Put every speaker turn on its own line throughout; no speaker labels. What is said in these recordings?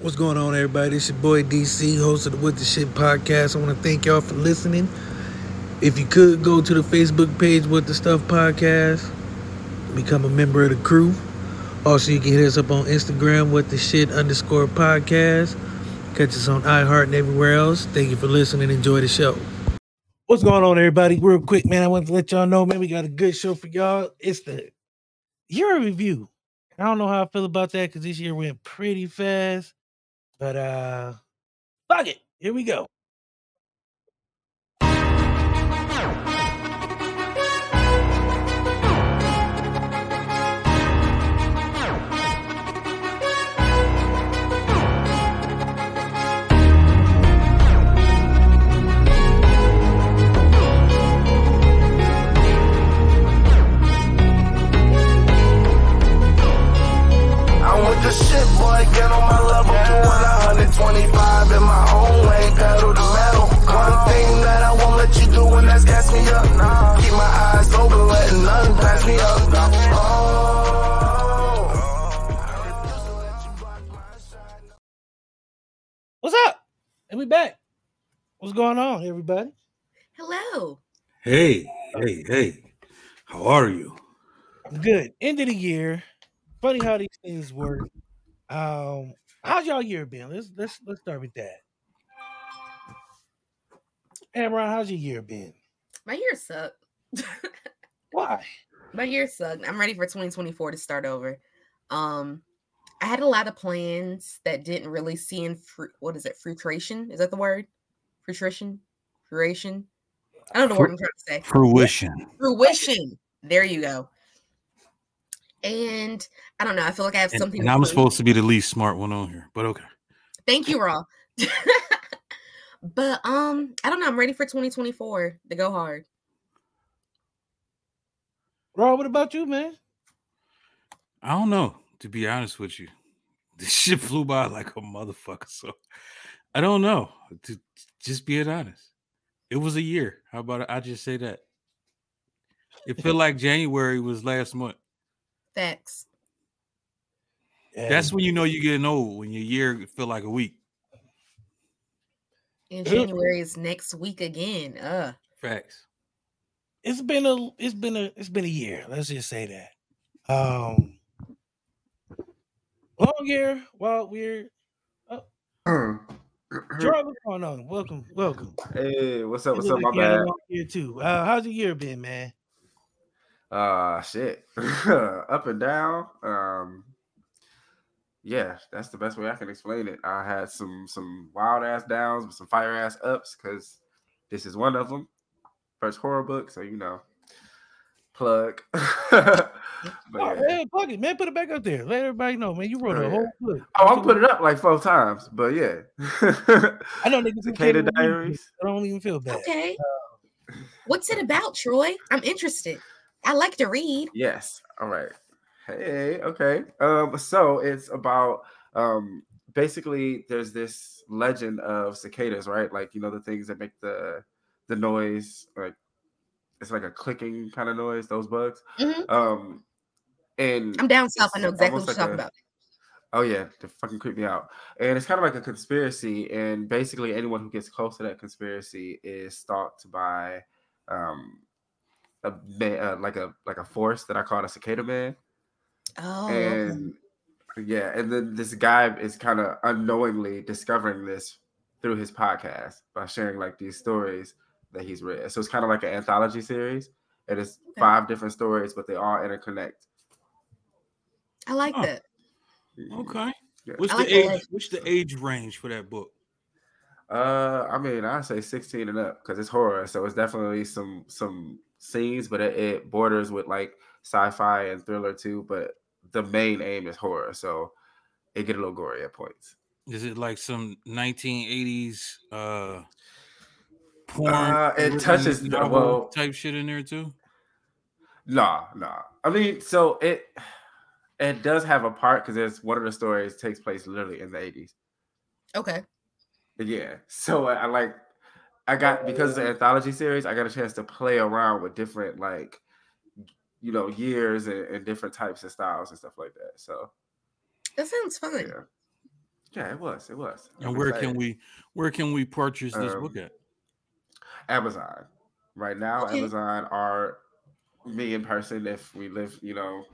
What's going on, everybody? It's your boy DC, host of the What the Shit podcast. I want to thank y'all for listening. If you could go to the Facebook page, What the Stuff podcast, become a member of the crew. Also, you can hit us up on Instagram, What the Shit underscore podcast. Catch us on iHeart and everywhere else. Thank you for listening. Enjoy the show. What's going on, everybody? Real quick, man, I want to let y'all know, man, we got a good show for y'all. It's the year review. I don't know how I feel about that because this year went pretty fast. But uh fuck it. Here we go.
I'm with the shit, boy. Get on my level. Doing 125 in my own way, pedal to metal. One thing that I won't let you do, and that's gas me up. Keep my eyes open, letting nothing pass me up. Oh.
What's up? And we back. What's going on, everybody?
Hello.
Hey, hey, hey. How are you?
Good. End of the year. Funny how these things work. Um, how's y'all year been? Let's let's let's start with that. Amron, how's your year been?
My year sucked.
Why?
My year sucked. I'm ready for 2024 to start over. Um, I had a lot of plans that didn't really see in fruit. What is it? Fruitration? Is that the word? Fruition? Fruition? I don't know what I'm trying to say.
Fruition.
Fruition. There you go. And I don't know. I feel like I have
And,
something.
and I'm
planned.
supposed to be the least smart one on here, but okay.
Thank you, Raw. but um, I don't know. I'm ready for 2024 to go hard.
Raw, what about you, man?
I don't know, to be honest with you. This shit flew by like a motherfucker. So I don't know. To just being honest. It was a year. How about I just say that? It felt like January was last month.
Facts.
That's when you know you're getting old when your year feel like a week.
And
Ooh.
January is next week again. Uh,
Facts.
it's been a it's been a it's been a year. Let's just say that. Um long year, wild weird. Gerard, what's going on? Welcome, welcome.
Hey, what's up?
You
What's
look like
up? My
you had a
bad.
long Year too. Uh, how's your year been, man?
Uh shit. up and down. Um yeah, that's the best way I can explain it. I had some some wild ass downs, but some fire ass ups, because this is one of them. First horror book, so you know. Plug. but
Oh,
yeah.
man, fuck it, man. Put it back up there. Let everybody know, man. You wrote
Oh,
a
yeah.
whole book.
Oh, I'm putting it up like four times, but yeah.
I know niggas who can't
Cicada
even read this.
Diaries.
I don't even feel bad.
Okay. What's it about, Troy? I'm interested. I like to read.
Yes. All right. Hey, okay. Um, so it's about um basically there's this legend of cicadas, right? Like you know the things that make the the noise, like it's like a clicking kind of noise, those bugs.
Mhm.
Um and
I'm down south. I know
It's
exactly what
almost
you're
like
talking
a-
about.
Oh yeah, to fucking creep me out. And it's kind of like a conspiracy, and basically anyone who gets close to that conspiracy is stalked by, um, a man, uh, like a like a force that I call a cicada man.
Oh, okay.
and yeah, and then this guy is kind of unknowingly discovering this through his podcast by sharing like these stories that he's read. So it's kind of like an anthology series, and it's
Okay.
five different stories, but they all interconnect.
I like
Huh.
that.
Okay.
Yeah.
What's
I
the
like the
age?
way-
What's the age range for that book?
Uh, I mean, I say sixteen and up because it's horror, so it's definitely some some scenes, but it, it borders with like sci-fi and thriller too. But the main aim is horror, so it get a little gory at points.
Is it like some 1980s uh porn
Uh, it
or
touches-
novel
well-
type shit in there too?
Nah, nah. I mean, so it it does have a part because it's one of the stories takes place literally in the eighties.
Okay.
Yeah. So I, I like I got because it's an anthology series, I got a chance to play around with different like you know years and, and different types of styles and stuff like that. So
That sounds fun.
yeah. Yeah, it was. It was.
And where can
Excited.
we where can we purchase this
Um,
book at?
Amazon. Right now,
Okay.
Amazon are me in person if we live, you know,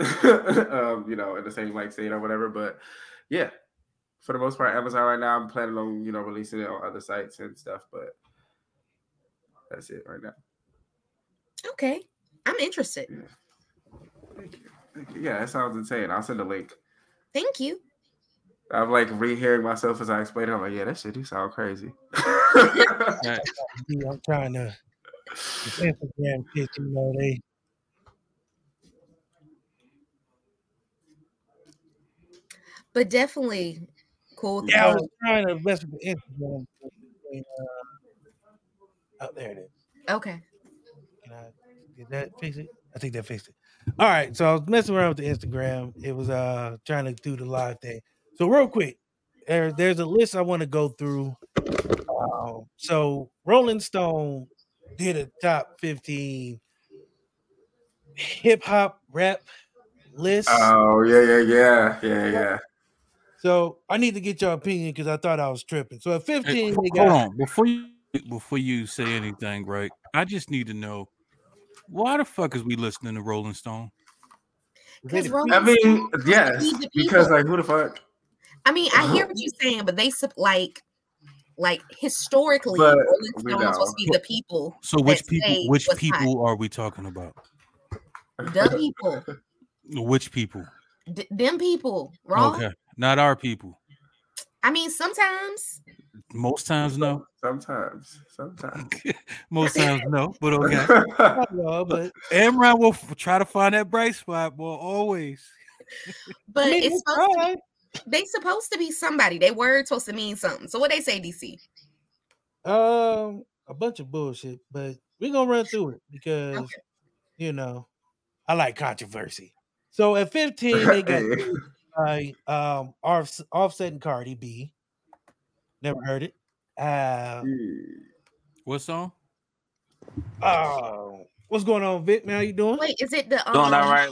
um, you know, in the same like state or whatever. But yeah, for the most part, Amazon right now. I'm planning on you know releasing it on other sites and stuff, but that's it right now.
Okay. I'm interested.
Thank you. Thank you. Yeah, that sounds insane. I'll send a link.
Thank you.
I'm like rehearing myself as I explain it. I'm like, yeah, that shit do sound crazy.
I'm trying to Instagram shit, you know, they
But definitely cool.
yeah, I
thought.
was trying to mess with the Instagram. shit, uh, oh, there it is.
Okay.
Can I, did that fix it? I think that fixed it. All right, so I was messing around with the Instagram. It was uh trying to do the live thing. So real quick, there, there's a list I want to go through. Um, so Rolling Stone did a top 15 hip hop rap list.
Uh,
oh yeah, yeah, yeah, yeah, yeah.
so I need to get your opinion because I thought I was tripping. So at 15,
Hey,
they
ho-
got
hold on before you before you say anything, right? I just need to know why the fuck is we listening to Rolling Stone?
Wait
Because
a-
I
Rolling
mean,
Stone
yes,
feed the
because
people.
like who the fuck?
I mean, I hear what you're saying, but they sup- like like historically
But
Rolling
we
Stone was supposed to be the people,
So which
Let's
people
say
which
what's hot.
people are we talking about?
the people,
Which people?
d- them people, raw.
Okay, not our people.
I mean, sometimes
Most times no.
Sometimes, sometimes.
Most times no, but okay.
I love, but
Amron will f- try to find that bright spot, boy, always.
but
I mean,
it's
it's
supposed to
alright.
be, they supposed to be somebody. They word supposed to mean something. So what they say, DC?
Um, a bunch of bullshit, but we're gonna run through it because you know I like controversy. So at 15, they got
Hey.
by um Offs- Offset and Cardi B. Never heard it. Uh,
What song?
oh, what's going on, Vic? Man, how you doing?
Wait, is it the um,
Doing all right.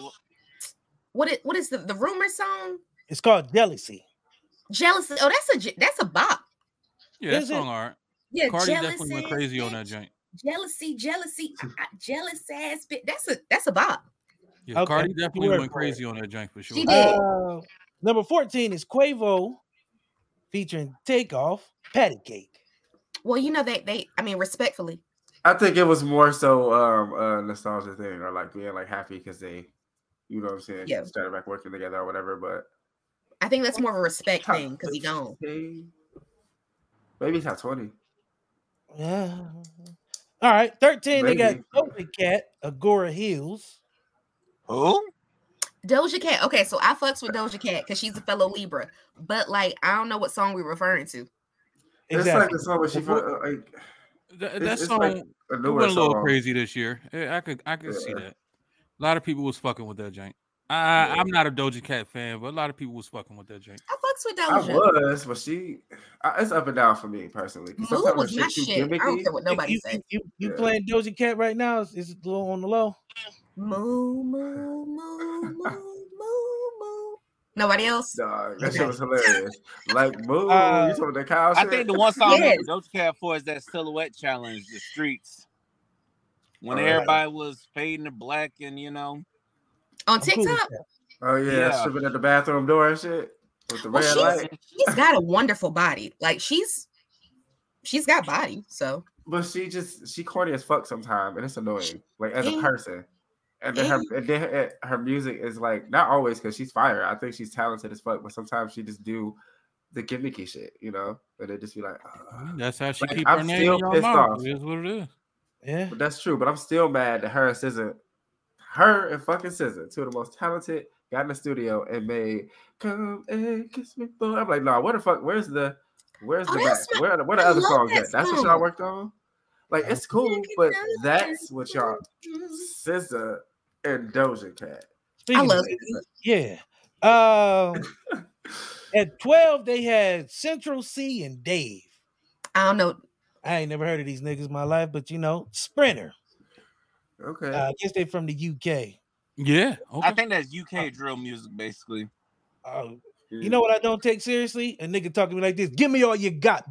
What is, what is the the rumor song?
It's called Jealousy.
Jealousy. Oh, that's a j- that's a bop.
Yeah, that
Is it-
song all right.
Yeah,
Cardi
jealousy,
definitely went crazy on that
bitch.
joint.
Jealousy, jealousy, I, I, jealous ass bitch. That's a that's a bop.
Yeah,
Okay,
Cardi
you
definitely
were
went
for it.
crazy on that joint for sure.
She did.
Uh, number 14 is Quavo featuring Takeoff, Patty Cake.
Well, you know they they. I mean, respectfully,
I think it was more so um a nostalgia thing or like being like happy because they, you know what I'm saying,
Yeah.
started back working together or whatever. But
I think that's more of a respect thing because he
don't.
gone.
Maybe top 20.
Yeah. Uh, All right, 13, they
Maybe.
got Doja Cat, Agora Hills.
Oh.
Who?
Doja Cat. Okay, so I fucks with Doja Cat because she's a fellow Libra. But like, I don't know what song we're referring to.
It's like the song where she
Well,
felt like
That,
It's-
that
it's
song
like a
it
newer
went a little
song.
crazy this year. Eh, I could I could see
Yeah.
that. A lot of people was fucking with that joint. I,
Yeah.
I'm not a Doja Cat fan, but a lot of people was fucking with that joint.
I fucks with
I
Doja.
was, but she, I, it's up and down for me personally. 'cause
Mood
sometimes
was
when
my
shit's too
shit. I don't
gimmicky-
care what nobody
you,
says.
you, you
Yeah.
playing Doja Cat right now? Is, is it a little on the low?
Moo moo moo moo moo moo. Nobody else.
Dog, that
Okay.
shit was hilarious. Like, move.
Uh,
you talking the cow
I
shit?
think the one song
Yes.
yes. Doja Cat for is that silhouette challenge, the streets. When
Alright.
everybody was fading to black and you know,
On
I'm cool with
TikTok,
that.
Oh yeah,
Yeah.
stripping at the bathroom door and shit with the
Well,
red
she's-
light.
she's got a wonderful body. Like she's she's got body. So
But she just she corny as fuck sometimes, and it's annoying. Like as a
Yeah.
person, and then her and then her, her music is like not always because she's fire. I think she's talented as fuck, but sometimes she just do the gimmicky shit, you know. And it just be like,
I
"Ah."
mean, That's how she
Like,
keep
I'm
her name
still
in your
pissed
mouth.
off.
It is what it is.
Yeah.
but that's true. But I'm still mad that her and SZA, her and fucking SZA, two of the most talented, got in the studio and made "Come and Kiss Me," boy. I'm like, nah, where the fuck? Where's the, where's
Oh,
the back?
that's my-
Where are the, what are
I
the other
love
songs
that
at? That's what
song.
y'all worked on. Like it's cool, but that's what y'all SZA and Doja Cat.
Speaking of
love
that, Yeah. Um, at 12, they had Central C and Dave.
I don't know.
I ain't never heard of these niggas in my life, but you know, Sprinter.
Okay,
Uh, I guess they from the UK.
Yeah. Okay.
Uh,
I think that's UK drill music basically.
Oh, You know what I don't take seriously? A nigga talking to me like this. Give me all you got,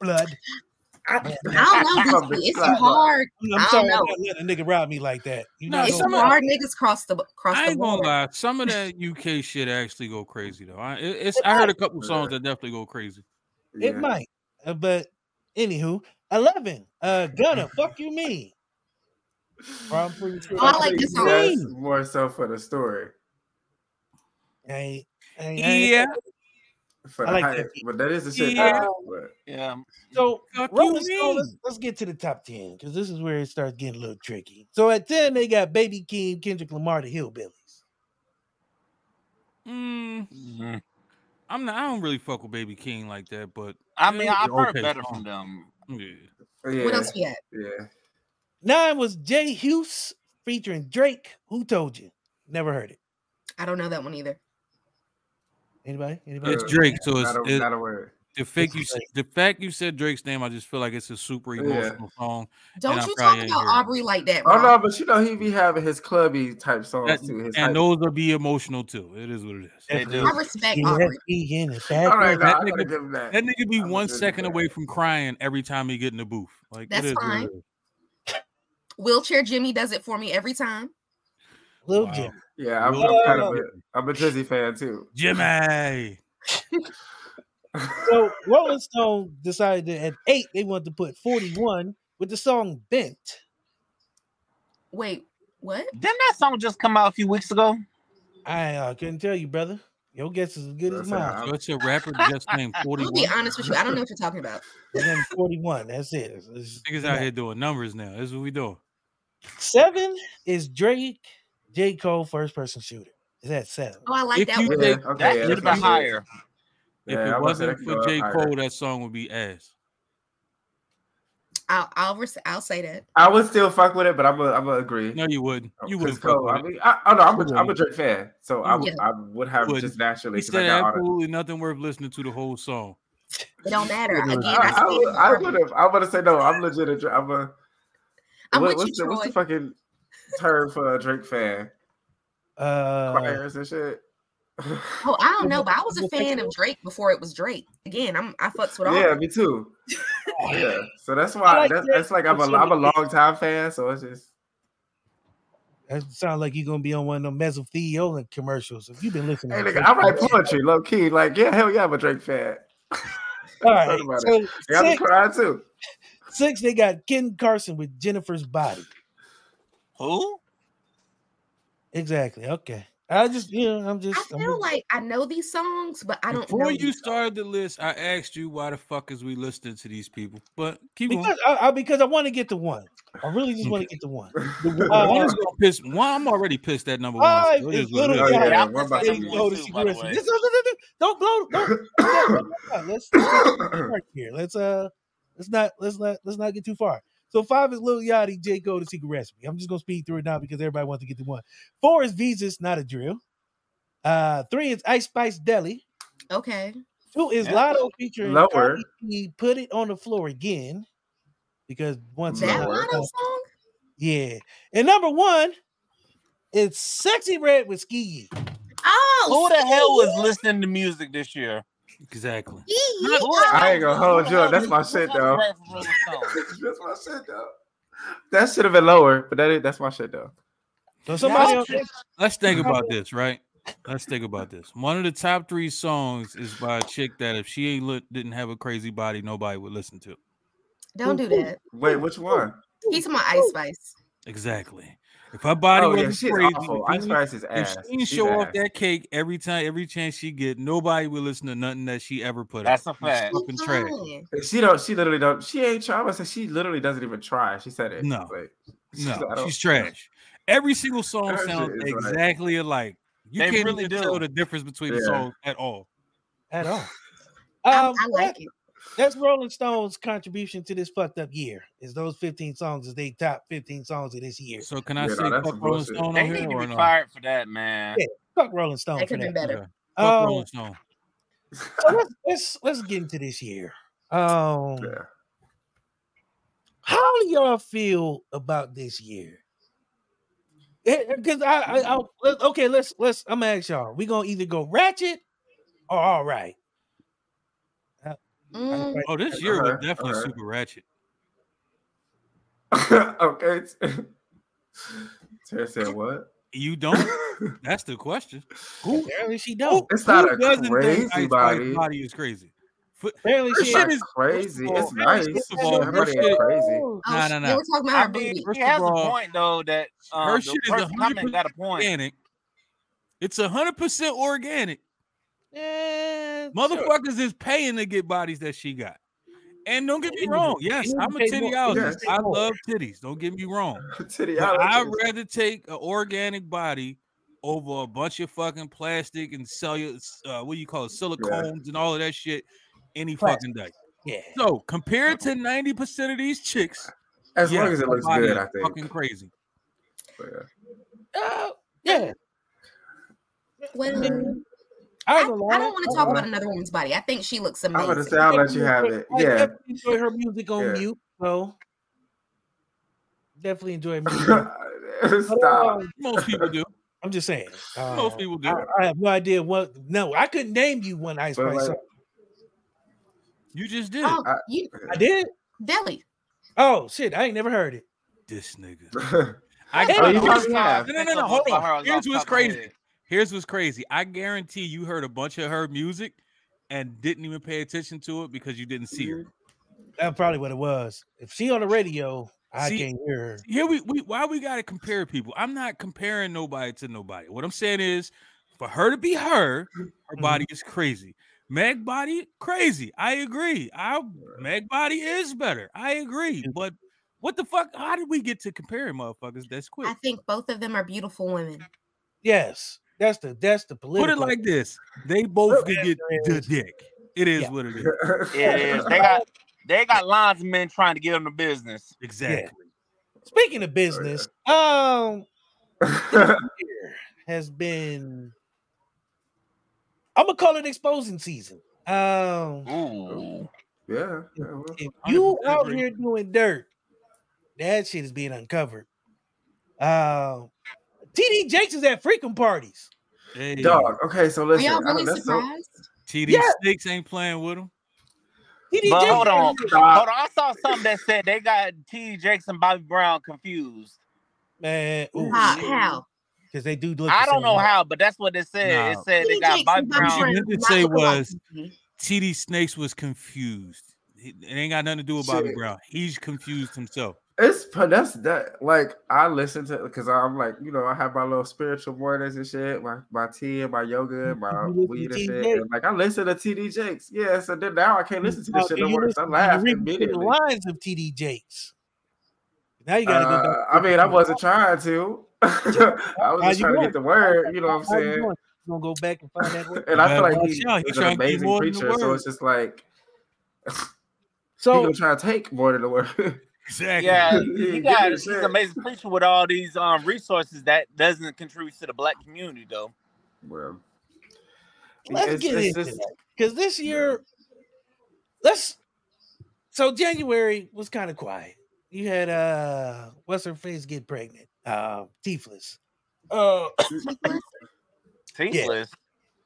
blood.
I, I don't
Oh,
know. DC. It's some hard.
I'm
I
sorry
don't
I
know.
can't let a nigga rob me like that. You
No,
know,
I
It's
so-
some hard niggas cross the cross
I
the
ain't gonna
board.
lie. Some of that UK shit actually go crazy though. I, it- it's I heard a couple songs that definitely go crazy.
it
Yeah.
might. Uh, But anywho, eleven. Uh, Gunna, fuck you mean? Bro, I'm pretty sure.
Oh, I like
think
this
that's
song.
more so for the story.
I ain't, I ain't- I ain't-
Yeah,
I
For the
like
hype,
that.
but that is the shit.
Yeah.
though, but-
Yeah.
So
fuck
Rolling
you
Stone,
mean?
let's, let's get to the top 10 because this is where it starts getting a little tricky. So at 10, they got Baby King, Kendrick Lamar, the Hillbillies.
Mm,
Mm-hmm.
Mhm.
I'm not. I don't really fuck with Baby King like that, but
I mean,
Yeah,
I've heard
okay,
better
fine.
from them.
yeah.
yeah,
What else we got?
yeah.
Nine was Jay Hughes featuring Drake. Who told you? Never heard it.
I don't know that one either.
Anybody? Anybody?
it's Drake, so it's
Not a,
it,
not a word.
the fact you
Drake.
said- the fact you said Drake's name. I just feel like it's a super
Oh, Yeah.
emotional song.
Don't you
I
talk
probably ain't
about
heard it.
Aubrey like that, bro?
Oh no, but you know he be having his clubby type songs
Um, That-
too. His
and
hype-
those will be emotional too. It is what it is.
They do.
I respect
Yeah,
Aubrey.
he in the
All
back.
right,
that
no, I
nigga-
gotta give him that.
That nigga be
I'm
one
good with
second
that.
away from crying every time he get in the booth. Like it
That's
is what it
fine.
is.
Wheelchair Jimmy does it for me every time.
Lil
Wow.
Jim.
yeah, I'm,
Whoa.
I'm kind of a, I'm a Drizzy fan too.
Jimmy.
So Rolling Stone decided that at eight, they wanted to put 41 with the song Bent.
Wait, what?
Didn't that song just come out a few weeks ago?
I uh, couldn't tell you, brother. Your guess is as good as
That's
mine.
how
So it's a rapper just named
I'm
41.
gonna be honest with you. I don't know what you're talking about.
It's number 41. That's it. It's- it's-
Niggas out here doing numbers now. That's what we doing.
Seven is Drake, J. Cole, first person shooter. Is that seven?
Oh, I like
If
that
you
one.
Yeah,
That
okay,
That
yeah,
should have
that's
been
what it is.
higher.
Yeah,
if
I
it
wanna say that
wasn't
could
for
go
J.
higher.
Cole, that song would be ass.
I'll I'll, res- I'll say that.
I would still fuck with it, but I'm gonna I'm gonna agree.
No, you wouldn't. You
Cause
wouldn't.
Oh, Cole,
Cole,
I mean, I, I don't know. I'm
You
a, I'm a
wouldn't.
Drake fan, so I would
Yeah.
I would have
Wouldn't.
just naturally.
he
'cause I
said
got all the-
absolutely nothing worth listening to the whole song.
It don't matter. Again, I,
I,
stand
I,
Aubrey.
would have. I would have said no. I'm legit. A, Dra- I'm a.
I'm
what-
with
what's,
you,
the, what's the
Troy.
fucking term for a Drake fan?
Uh,
Choirs and shit.
Oh, I don't know, but I was a fan of Drake before it was Drake. Again, I'm I fucks with all.
yeah, me too. Yeah, so that's why
like
that's,
Drake.
that's like I'm a
That's what
I'm a
it is.
long time fan. So it's just
that sounds like you're gonna be on one of them mesothelioma commercials. If you've been listening,
hey
to
nigga,
Drake
I write
for a
poetry, low key. Like yeah, hell yeah, I'm a Drake fan.
while.
Talk about
All right, so
Yeah, I be
six,
crying too.
six, they got Ken Carson with Jennifer's body.
Who?
Exactly. Okay. I just, you know, I'm
I
just. I'm
feel
with-
like I know these songs, but I don't know.
Before you
these songs.
started the list, I asked you why the fuck is we listening to these people. But keep going.
because I, I because I want to get to one. I really just want to get to one.
Uh,
one is gonna piss. One, I'm already pissed at number one.
Five
so it
is
is what it
Lil
is.
yeah,
Yachty.
we're about
There
to
you
be-
go, the
By
secret
the way.
recipe. Just- just- just- Don't blow. Don't. Yeah, let's, let's not get too far here. Let's uh, let's not let's not let's not get too far. So five is Lil Yachty, J. Cole, the secret recipe. I'm just gonna speed through it now because everybody wants to get to one. Four is Visas, not a drill. Uh, three is Ice Spice Deli.
Okay.
Two is
Yeah.
Lotto featuring
Lower.
Cardi B, Put It on the Floor Again. Because once
That
again,
That
word.
Lotto song?
yeah. And number one, it's Sexy Red with Ski Yee.
Oh,
Who the hell was listening to music this year?
Exactly.
Yee,
Who the
I
hell-
ain't gonna hold
who
you
the
up.
hell
That's my
was- who
shit,
the
though.
hell rapped from Rolling Stone?
that's my shit though. That should have been lower, but that is, that's my shit though.
So somebody
Yeah.
on this-
Let's think about this, right? Let's think about this. One of the top three songs is by a chick that if she ain't look, didn't have a crazy body, nobody would listen to.
Don't do that.
Wait, which one?
He's my Ice Spice.
Exactly. If her body
oh yeah,
wasn't
she's
crazy,
awful.
if
Ice
she-
Spice is
if
ass.
she didn't
She's
show off
ass.
that cake every time, every chance she get, nobody would listen to nothing that she ever put
That's
out.
a fact.
Fucking
Keep
trash.
going.
She don't. She literally don't. She ain't trying. I say she literally doesn't even try. She said it.
No.
Like, she's
No,
like, I don't-
she's trash. Every single song
Her shit
sounds
is like-
exactly alike. You
They
can't
really
even tell
do.
the difference between the
Yeah.
songs at all.
at all.
I,
Um,
I like it.
that's Rolling Stone's contribution to this fucked up year. Is those 15 songs is they top 15 songs of this year?
So can I
Yeah, no,
say
that's
fuck Rolling
some bullshit.
Stone
They
on here
need to
or
be
no?
fired for that, man.
Yeah. Fuck Rolling Stone
That
for
could have
that.
been better.
Okay. Fuck
Oh.
Um,
Rolling Stone.
so let's, let's let's get into this year. Um,
yeah.
how do y'all feel about this year? Eh, Because I, I, I let- okay, let's let's. I'm gonna ask y'all. We gonna either go ratchet
Oh, all right.
Mm,
Oh, this year was
Alright,
definitely
alright.
super ratchet.
okay. Tara said what?
You don't? That's the question. Who?
Apparently she
who-
don't.
It's not
who
a
doesn't think
crazy
Ice Spice
body.
Body is crazy.
Apparently
Her
It's
she
shit
not
don't.
is-
crazy. It's
first of all-
nice.
first of
Shit,
all, her
Everybody
shit-
ain't crazy.
oh,
Nah,
sh-
nah,
They
nah.
were talking about
I
her
mean,
booty.
first
she
of
has a
all,
point though that um,
her
the
shit is
first comment got a point.
Organic. It's hundred percent organic.
Yeah, sure.
Motherfuckers is paying to get bodies that she got. And don't get me
They
wrong.
need to-
Yes,
they need
I'm
to
a
pay more.
tittyologist.
Yes.
I love titties. Don't get me wrong.
Titty
But
out.
I'd rather take an organic body over a bunch of fucking plastic and cellular, uh, what do you call it, silicones and all of that shit any fucking day.
Yeah.
So compared
Uh-huh.
to 90% of these chicks,
As
yeah,
long as it
her
looks
body
good,
is
I think.
fucking crazy.
But, yeah.
Oh, yeah.
Well, I,
I,
I don't want to talk about another woman's body. I think she looks
I'm gonna
amazing.
say I'll let you have it.
I
Yeah.
definitely enjoy her music on
Yeah.
mute, so definitely enjoy music. But,
Stop.
uh,
Most people do.
I'm just saying. uh,
Most people do.
I, I have no idea what. No, I couldn't name you one Ice
But,
Spice
like-
song.
You just did.
Oh,
I-
you
I did.
Deli.
Oh shit! I ain't never heard it.
This nigga.
I
Hey,
got
you
it.
probably
No,
have.
no, no, no. Hold on. Here's what's crazy. Here's what's crazy. I guarantee you heard a bunch of her music and didn't even pay attention to it because you didn't see
Mm-hmm.
her.
That's probably what it was. If she on the radio, I
See-
can't hear her.
here we, we why we gotta compare people. I'm not comparing nobody to nobody. What I'm saying is for her to be her, her
Mhm.
body is crazy. Meg body crazy. I agree. I Meg body is better. I agree.
Yeah.
But what the fuck? How did we get to comparing motherfuckers? That's
I
quick.
think both of them are beautiful women.
Yes, that's the that's the
Put
political.
it like this: they both could get the
is-
dick. It is
Yeah.
what it is.
It is. They got they got linesmen trying to get them the business.
Exactly.
Speaking
Oh,
of business, um, year has been. I'm gonna call it exposing season. Um,
Oh.
Ooh.
yeah. yeah, well,
if you
100%
out
agree.
here doing dirt, that shit is being uncovered. Um, TD Jakes is at freaking parties.
Hey,
Dog. Okay, so
Are
listen.
y'all
I
really
mean, that's so-
surprised?
TD
Yeah.
Sticks ain't playing with him.
TD
But
Jakes
hold on,
Stop.
hold on. I saw something that said they got T. Jakes and Bobby Brown confused.
man,
How?
because
how?
they do look.
I
the
don't
same.
know how, but that's what it said.
Nah.
It said they
TD
got
Jakes
Bobby
and Bobby
Brown.
Brown.
do
Didn't
not
say
look alike
was-
to me.
TD Snakes was confused. It it ain't got nothing to do with Bobby
Shit.
Brown. He's confused himself.
It's but that's that like I listen to because I'm like you know I have my little spiritual mornings and shit, my my tea and my yoga and my
You listen to
weed and
T.D.
shit.
Jakes?
And, like I listen to TD Jakes, yeah. So then now I can't listen to
Now,
this shit
do
no
you
more. 'cause
listen-
I
do you
laugh
read between the
immediately.
lines of TD Jakes. Now you gotta go
Uh,
back.
I mean, I wasn't trying to. I was
How
just
you
trying to
doing?
get the word. You know what I'm
How you
saying?
doing? You gonna go back and find that. one?
and I feel
Well,
like he,
yeah, he
he's
trying
an
to get
amazing
more than the
preacher, so
word.
it's just like he
So
gonna try to take more than the word.
Exactly.
Yeah,
Yeah,
he
give
got
me
he's
that.
an amazing preacher with all these um resources that doesn't contribute to the black community though.
well,
let's
it's-
get
it's
into
just-
that because this year, let's. So January was kind of quiet. You had uh, what's her face get pregnant? Uh, Tiefless. Uh,
Toothless?
Teamless.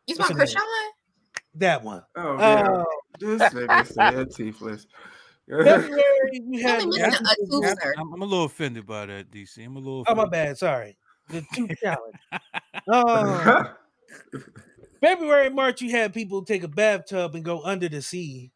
You
What's
talking
her
about
name?
Krishan?
that one.
oh
Uh,
yeah, this nigga said teethless.
February you had.
Tell me, Mr.
Matthew
Atu-
Wu-
I'm,
Who's there?
I'm- I'm a little offended by that, DC. I'm a little.
Oh my
offended.
bad, sorry. The two challenge. Uh, February, March, you had people take a bathtub and go under the sea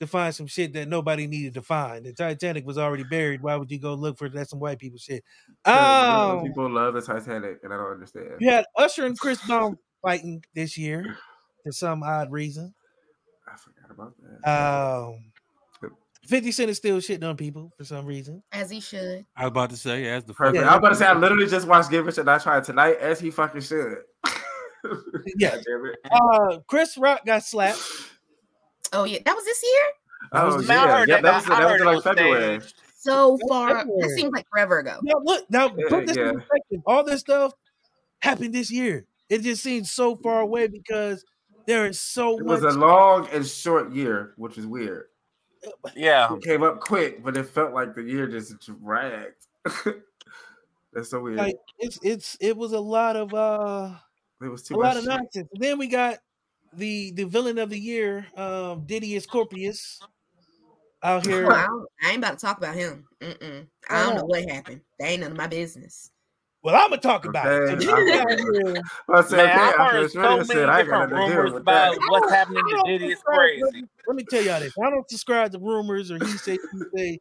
to find some shit that nobody needed to find. The Titanic was already buried. Why would you go look for that? Some white people shit.
Um,
Um,
people love the Titanic, and I don't understand.
you had Usher and Chris Brown fighting this year for some odd reason.
I forgot about that.
Um, Fifty Cent is still shitting on people for some reason.
As he should.
I was about to say, as the
Perfect.
Yeah.
I'm about to say I literally just watched Give a Shit I Try tonight, as he fucking should.
Yeah.
Damn it.
Uh, Chris Rock got slapped.
Oh yeah, that was this year.
That
Oh
was-
yeah,
Man, I heard
yeah,
that
that was,
guy- I
that was
heard
like
it on
February.
stage.
So
That's
far, that
February.
seems like forever ago.
Now look, now
Yeah,
put this
yeah.
in perspective. All this stuff happened this year. It just seems so far away because there is so
It
much.
was a long and short year, which is weird.
Yeah.
It came up quick, but it felt like the year just dragged. That's so weird.
like it's it's it was a lot of uh
it was too
a lot
much.
of
shit.
nonsense. And then we got the the villain of the year, um, Didius Corpius, out here.
Oh, I, don't- I ain't about to talk about him. Mm-mm. I don't know what happened. That ain't none of my business.
Well, I'm gonna talk about it.
Okay,
So Diddy
I'm-
out here-
I said,
Man, I've
okay, after
heard
this
so
video
many
said, I ain't got
different
nothing to do
rumors
with
about
that.
what's happening
I
to
don't
Diddy is
subscribe-
crazy.
Let me tell y'all this. I don't subscribe to rumors or he say she say,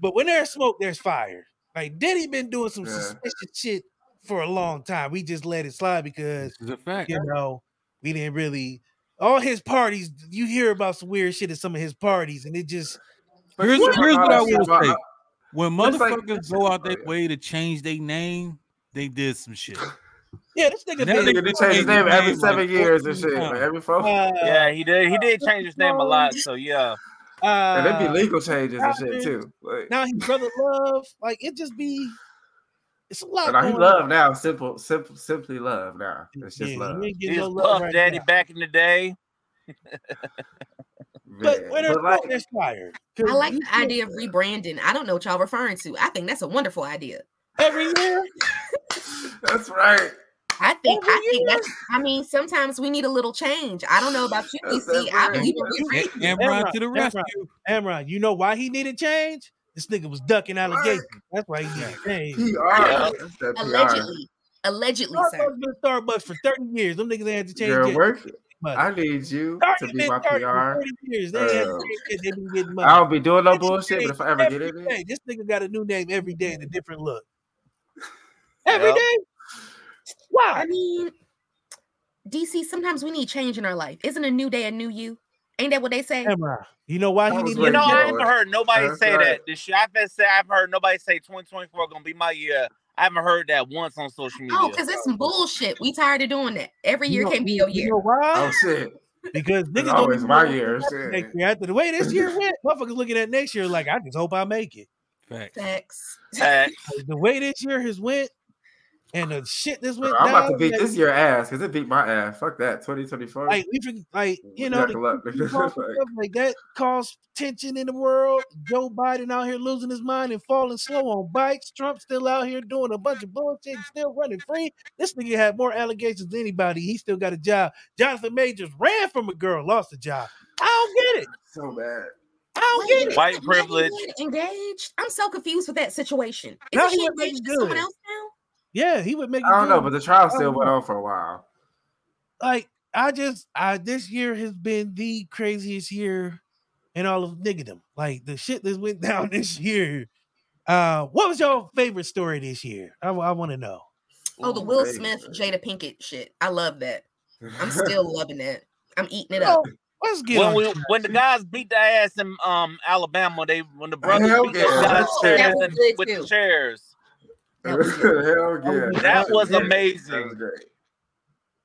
but when there's smoke, there's fire. Like Diddy been doing some
Yeah.
suspicious shit for a long time. We just let it slide because
This is a fact.
you know, we didn't really all his parties. You hear about some weird shit at some of his parties, and it just
Here's,
What?
here's what I
Oh, shit,
will
well,
say. When
It's like-
motherfuckers go out their
Oh, yeah.
way to change their name, they did some shit.
yeah, this nigga
That
been-
Nigga, they change his name every seven years and shit. Like every four,
uh,
Yeah, he did. He did change his name a lot. So yeah,
and it'd
uh,
be legal changes and shit too. Like,
now he brother love. Like it just be, it's a lot.
and I he
going
love
on.
now, simple, simple, simply love now. It's just
Yeah, you
love.
ain't
he
getting no
was
love
Puff
right
Daddy
now.
back in the day.
But
Man,
when there's
but
smoke,
like,
there's fire.
I
'Cause
like
you
the idea of rebranding. I don't know what y'all referring to. I think that's a wonderful idea.
every year.
that's right.
I think
Every
I think that's I mean sometimes we need a little change. I don't know about you,
That's
DC. I
right.
believe in
You-
rebranding.
Amron to the
Amron,
rescue.
Amron, you know why he needed change? This nigga was ducking allegations. That's why he needed
PR.
change.
Yeah.
That's that PR.
Allegedly. Allegedly, sir.
Starbucks been Starbucks for 30 years. Them niggas ain't had to change
Girl,
yet.
work.
Money.
I need you to
Starbucks
be
been
my
Starbucks for
PR.
30 years. They ain't had
Um,
to change yet. They been getting money.
I don't be doing no
This
bullshit, but
nigga
if I ever get
every
in it,
day- This nigga got a new name every day and a different look. Every day.
Yep.
I
Why?
mean, DC, sometimes we need change in our life. Isn't a new day a new you? Ain't that what they say?
Amron. You know why
That
he
was
needed
You
Wait,
know,
you
I
know
haven't
what?
heard nobody
That's
say
right.
that. This year, I've been say I've heard nobody say 2024 gonna be my year. I haven't heard that once on social media.
Oh, because it's some bullshit. We tired of doing that. Every
You
year
know-
can be your
You
year.
know why?
oh shit,
Because niggas
it's
don't
always
even
my
know
year.
what's
shit.
next year. After the way this year went, motherfuckers looking at next year like, I just hope I make it.
Fact.
Facts.
Uh,
Like, the way this year has went and the shit this went
I'm about to
down,
beat
like,
this year ass because it beat my ass. Fuck that. 2024.
like we forg- like you know
Jack
the
a lot, nigga.
Cuban law and
Like-
stuff like that caused tension in the world. Joe Biden out here losing his mind and falling slow on bikes. Trump still out here doing a bunch of bullshit, and still running free. This nigga had more allegations than anybody. He still got a job. Jonathan Majors ran from a girl, lost a job. I don't get it.
so bad.
I don't get it.
White
Wait,
privilege.
Megan Good Engaged. I'm so confused with that situation.
Now
Isn't
he
she
with Megan
engaged to someone
Good.
else now?
Yeah, he would make.
I don't know, but the trial still
Oh.
went on for a while.
like I just I this year has been the craziest year in all of niggerdom. Like the shit that went down this year. Uh what was your favorite story this year? I, want to know.
Oh, the
Ooh,
Will
baby.
Smith, Jada Pinkett shit. I love that. I'm still loving that. I'm eating it up.
Oh, let's get
when
on
we
track.
when the guys beat their ass in um Alabama, they when the brothers
Hell
beat those
yeah,
guys
that's
their
true.
ass
That was
in-
good
with the
too.
chairs.
Hell
That was good.
yeah.
That
great. That
That was
was
amazing.
great.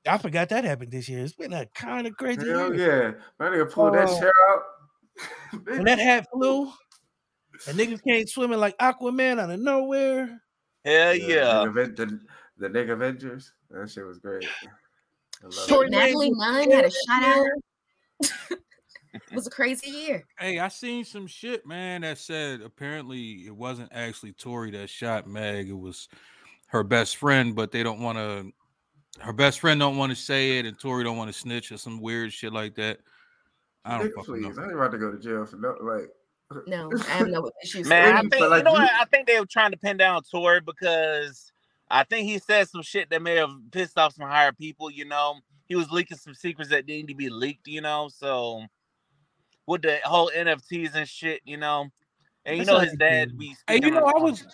I forgot that happened this year. It's been a kind of crazy
Hell
year.
yeah. My nigga pulled that
Oh.
chair out.
When that hat flew and niggas came swimming like Aquaman out of nowhere.
Hell yeah.
The, Aven- the, the nigga Avengers. That shit was great. I love
Short-
it.
Natalie Nunn had a shot out. It was a crazy year.
Hey, I seen some shit, man, that said apparently it wasn't actually Tori that shot Meg. It was her best friend, but they don't want to. Her best friend don't want to say it, and Tori don't want to snitch or some weird shit like that. I don't
Nigga,
fucking
please. I
know.
ain't about to go to jail for no like
No, I have no issues.
Man, I
you
think
feel like
you know
you-
what? I think they were trying to pin down Tory because I think he said some shit that may have pissed off some higher people. You know, he was leaking some secrets that didn't need to be leaked. You know, so with the whole NFTs and shit, you know, and you
That's
know
not
his
a
dad
thing.
be.
Hey, you
speaking
know,
on-
I was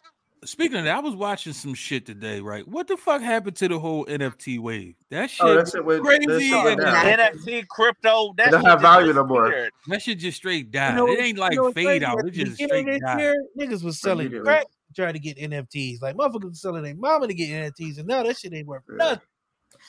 speaking of that, I was watching some shit today, right? What the fuck happened to the whole NFT wave? That shit,
Oh, that shit went that
crazy
shit
and-
went down.
Nah.
NFT crypto. That
It don't
shit
have
just
value no more.
disappeared.
that shit just straight
You
died.
know
it
what's-
ain't
you
like
know what's
fade
crazy?
out.
At
It
the
just
beginning
straight
of this
died.
year, niggas was selling
Immediately.
crack to try to get NFTs. Like motherfuckers was selling their mama to get NFTs, and now that shit ain't worth
Yeah.
nothing.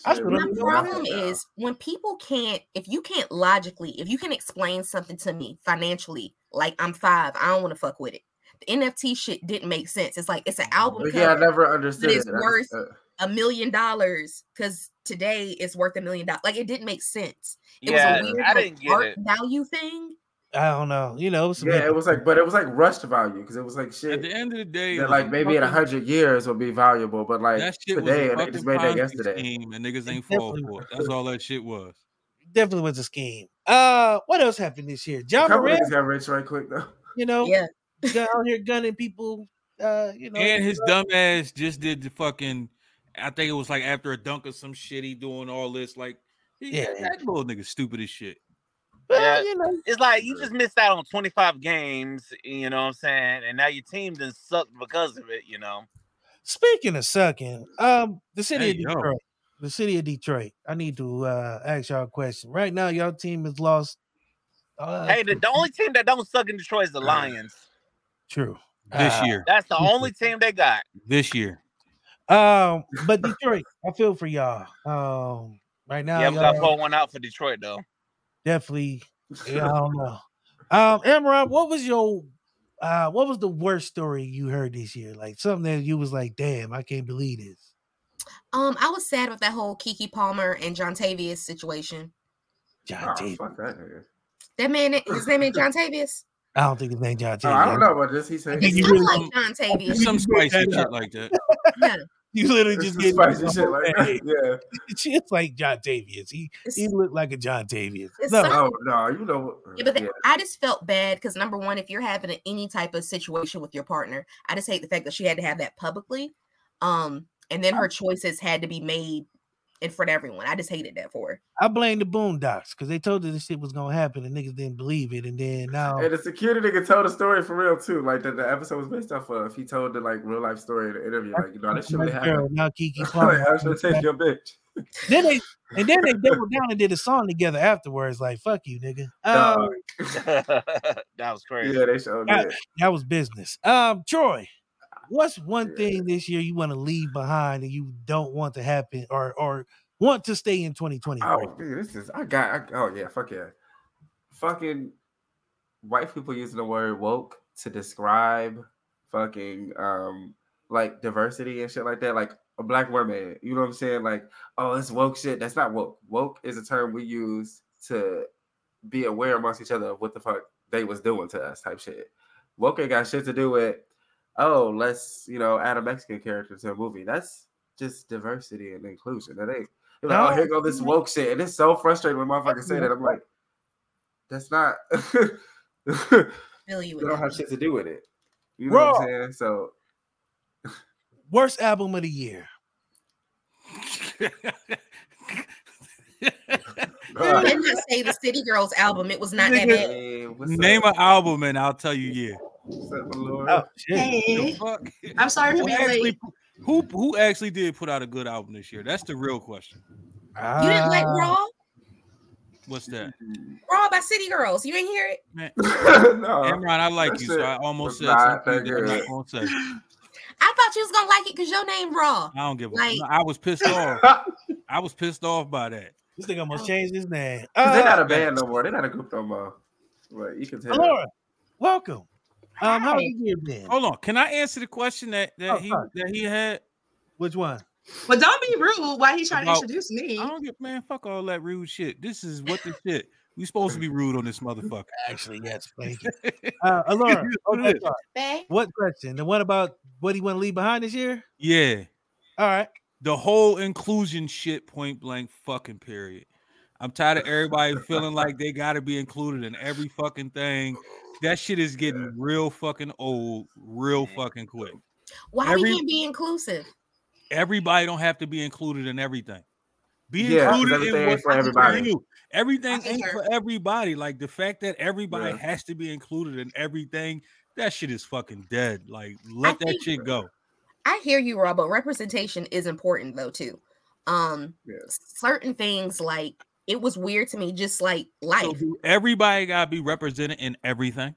I
Shit
still
went
My
don't know
nothing
problem
down.
is when people can't, if you can't logically, if you can explain something to me financially, like I'm five, I don't want to fuck with it. The NFT shit didn't make sense. It's like it's an album
But
cover,
yeah, I never understood
it's
it. I just-
worth-
uh,
a million dollars, because today it's worth a million dollars. Like it didn't make sense. It
Yeah,
was a weird
I
like,
didn't get
art
it.
value thing.
I don't know. You know, some
yeah, it was like, but it was like rushed value because it was like
At
shit.
the end of the day, it
that
was
like
a
maybe in a
fucking-
hundred years will be valuable, but like
that shit was
today
a
and they just
fucking
made that
Ponzi
yesterday.
scheme, and niggas
It
ain't fall
definitely
for it. That's all that shit was.
definitely was a scheme. Uh, what else happened this year?
A
John
couple
Morant,
niggas got rich right quick though.
you know,
Yeah.
got out here gunning people. Uh, you know,
And his dumb ass just did the fucking. I think it was like after a dunk or some shit. He doing all this like. Yeah,
Yeah.
that little nigga stupid as shit.
well,
Yeah.
you know,
It's like you just missed out on 25 games, you know what I'm saying? And now your team then sucked because of it, you know.
Speaking of sucking, um, the city
Hey,
of
yo.
Detroit. The city of Detroit. I need to uh ask y'all a question. Right now, y'all team has lost. Uh,
Hey, the, the only team that don't suck in Detroit is the Lions.
true.
This
Uh,
year,
That's the only team they got.
this year,
Um, but Detroit, I feel for y'all. Um, right now,
Yeah, we got to
y'all
pull one out for Detroit though.
definitely. Yeah, I don't know. Um, Amron, what was your uh, what was the worst story you heard this year? Like something that you was like, damn, I can't believe this.
Um, I was sad about that whole Kiki Palmer and John Tavius situation.
John
Oh,
Taylor.
fuck that nigga.
That man, his name is John Tavius.
I don't think his name John
Oh,
Taylor.
I don't know about this. He said
It
you
sounds
really
like John Tavius.
some
made
spicy
that
shit
up.
like that.
Yeah,
You literally
It's
just
some
gave me
spicy
the
shit
whole
like
thing.
that. Yeah.
She's like John Tavius. He
it's-
he looked like a John Tavius.
It's
No,
some-
Oh no, you know what?
yeah, but the-
yeah.
I just felt bad because number one, if you're having any type of situation with your partner, I just hate the fact that she had to have that publicly. Um, and then her choices had to be made in front of everyone. I just hated that for her.
I blame the Boondocks because they told you this shit was gonna happen and niggas didn't believe it, and then now
And the security nigga told the story for real too. Like that the episode was based off of. He told the like real life story in the interview. Like, you know, this shit really
Like, girl,
happened.
now Kiki
like,
Palmer.
how should I take your bitch?
then they and then they doubled down and did a song together afterwards. Like fuck you, nigga. Um,
Dog.
that was crazy.
Yeah, they showed
Yeah.
it.
that was business. Um, Troy, what's one
Yeah.
thing this year you want to leave behind and you don't want to happen or or want to stay in 2020?
Oh, dude, this is I got. I, oh yeah, fuck yeah. Fucking white people using the word woke to describe fucking um like diversity and shit like that. Like a black woman, you know what I'm saying? Like, oh, it's woke shit. That's not woke. Woke is a term we use to be aware amongst each other of what the fuck they was doing to us, type shit. Woke ain't got shit to do with. Oh, let's you know add a Mexican character to a movie. That's just diversity and inclusion. That ain't They're like, oh, here go this woke shit. And it's so frustrating when motherfuckers say that. I'm like, that's not. they
Feel you with
don't
that.
have shit to do with it. You know what I'm saying? So
Worst album of the year.
I
uh,
did not say the City Girls album. It was not that bad.
hey, what's
Name
up?
an album and I'll tell you. Yeah.
What's up, my lord?
Oh shit.
The
Hey,
fuck?
I'm sorry for
Who
being late.
actually, who who actually did put out a good album this year? That's the real question.
You didn't like
Uh.
Ah,
Raw?
What's that?
Raw by City Girls. You didn't hear it?
no, Uh,
Amron, I like you, so
shit
I almost
was
said
not
something
that
that I'm not
good.
gonna say.
I thought you was gonna like it because your name Raw.
I don't give a.
Like-
no, I was pissed off. I was pissed off by that.
This nigga almost changed his name.
they're not a
Uh,
band no more. They're not a group no more. But you can tell.
Laura, welcome. Um, how
Hi.
you year been?
Oh.
Hold on, can I answer the question that that
Oh,
he
sorry.
that he had?
Which one?
Well, don't be rude. Why he trying to
About-
introduce
I
me?
don't get man. Fuck all that rude shit. This is what the shit. We supposed to be rude on this motherfucker.
Actually, yes, thank you. Uh, Alora,
What
okay,
it is.
sorry.
Bae.
what question? The one about what he want to leave behind this year?
Yeah,
All right.
the whole inclusion shit. Point blank. Fucking period. I'm tired of everybody feeling like they got to be included in every fucking thing. That shit is getting real fucking old, real fucking quick.
Why
Every-
we can't be inclusive?
everybody don't have to be included in everything. Be
Yeah, 'cause
included
everything
in
ain't
what's
for everybody.
You. Everything
That's
ain't
fair.
for everybody. Like the fact that everybody
Yeah.
has to be included in everything, that shit is fucking dead. Like let that
think-
shit go.
I hear you, Rob, but representation is important though too. Um,
Yeah.
certain things like it was weird to me, just like life.
So do everybody gotta be represented in everything.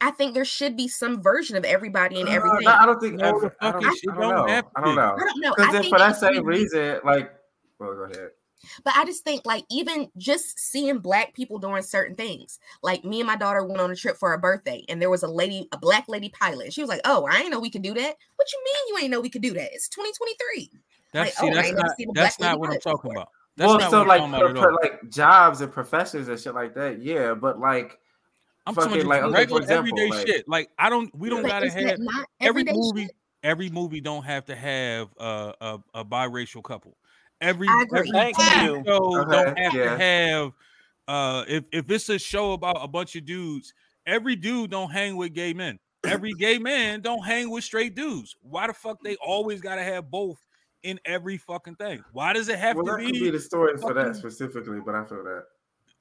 I think there should be some version of everybody and
Uh,
everything.
no, I don't think.
No,
every-
the
I don't,
fucking
I
shit
don't
don't
know.
have
I don't
to.
know.
I don't know. I
Because then
think
for
it
that
should
same
be-
reason, like, well, go ahead.
but I just think like even just seeing black people doing certain things. Like me and my daughter went on a trip for her birthday, and there was a lady, a black lady pilot. She was like, "Oh, I ain't know we could do that." What you mean you ain't know we could do that? It's 2023.
That's
Like,
see,
oh, I
that's
ain't never
not
seen a
that's
black lady
not what I'm
pilot
talking
before.
about. That's
well,
not
so
what
like
I'm
for,
talking about
for,
at all.
like jobs and professions and shit like that, yeah. But like,
I'm talking
fucking,
just
like, okay, for
regular
example,
everyday
like-
shit. Like I don't we don't
But
gotta
is that
have
not
every
everyday shit?
movie every movie don't have to have a a, a biracial couple every
I agree.
every
Thank
TV
you.
show
Okay,
don't have
yeah.
to have uh if if it's a show about a bunch of dudes, every dude don't hang with gay men. Every gay man don't hang with straight dudes. Why the fuck they always gotta have both in every fucking thing? Why does it have
Well, that
to
could
be?
be the story for that
fucking-
specifically, but I feel that.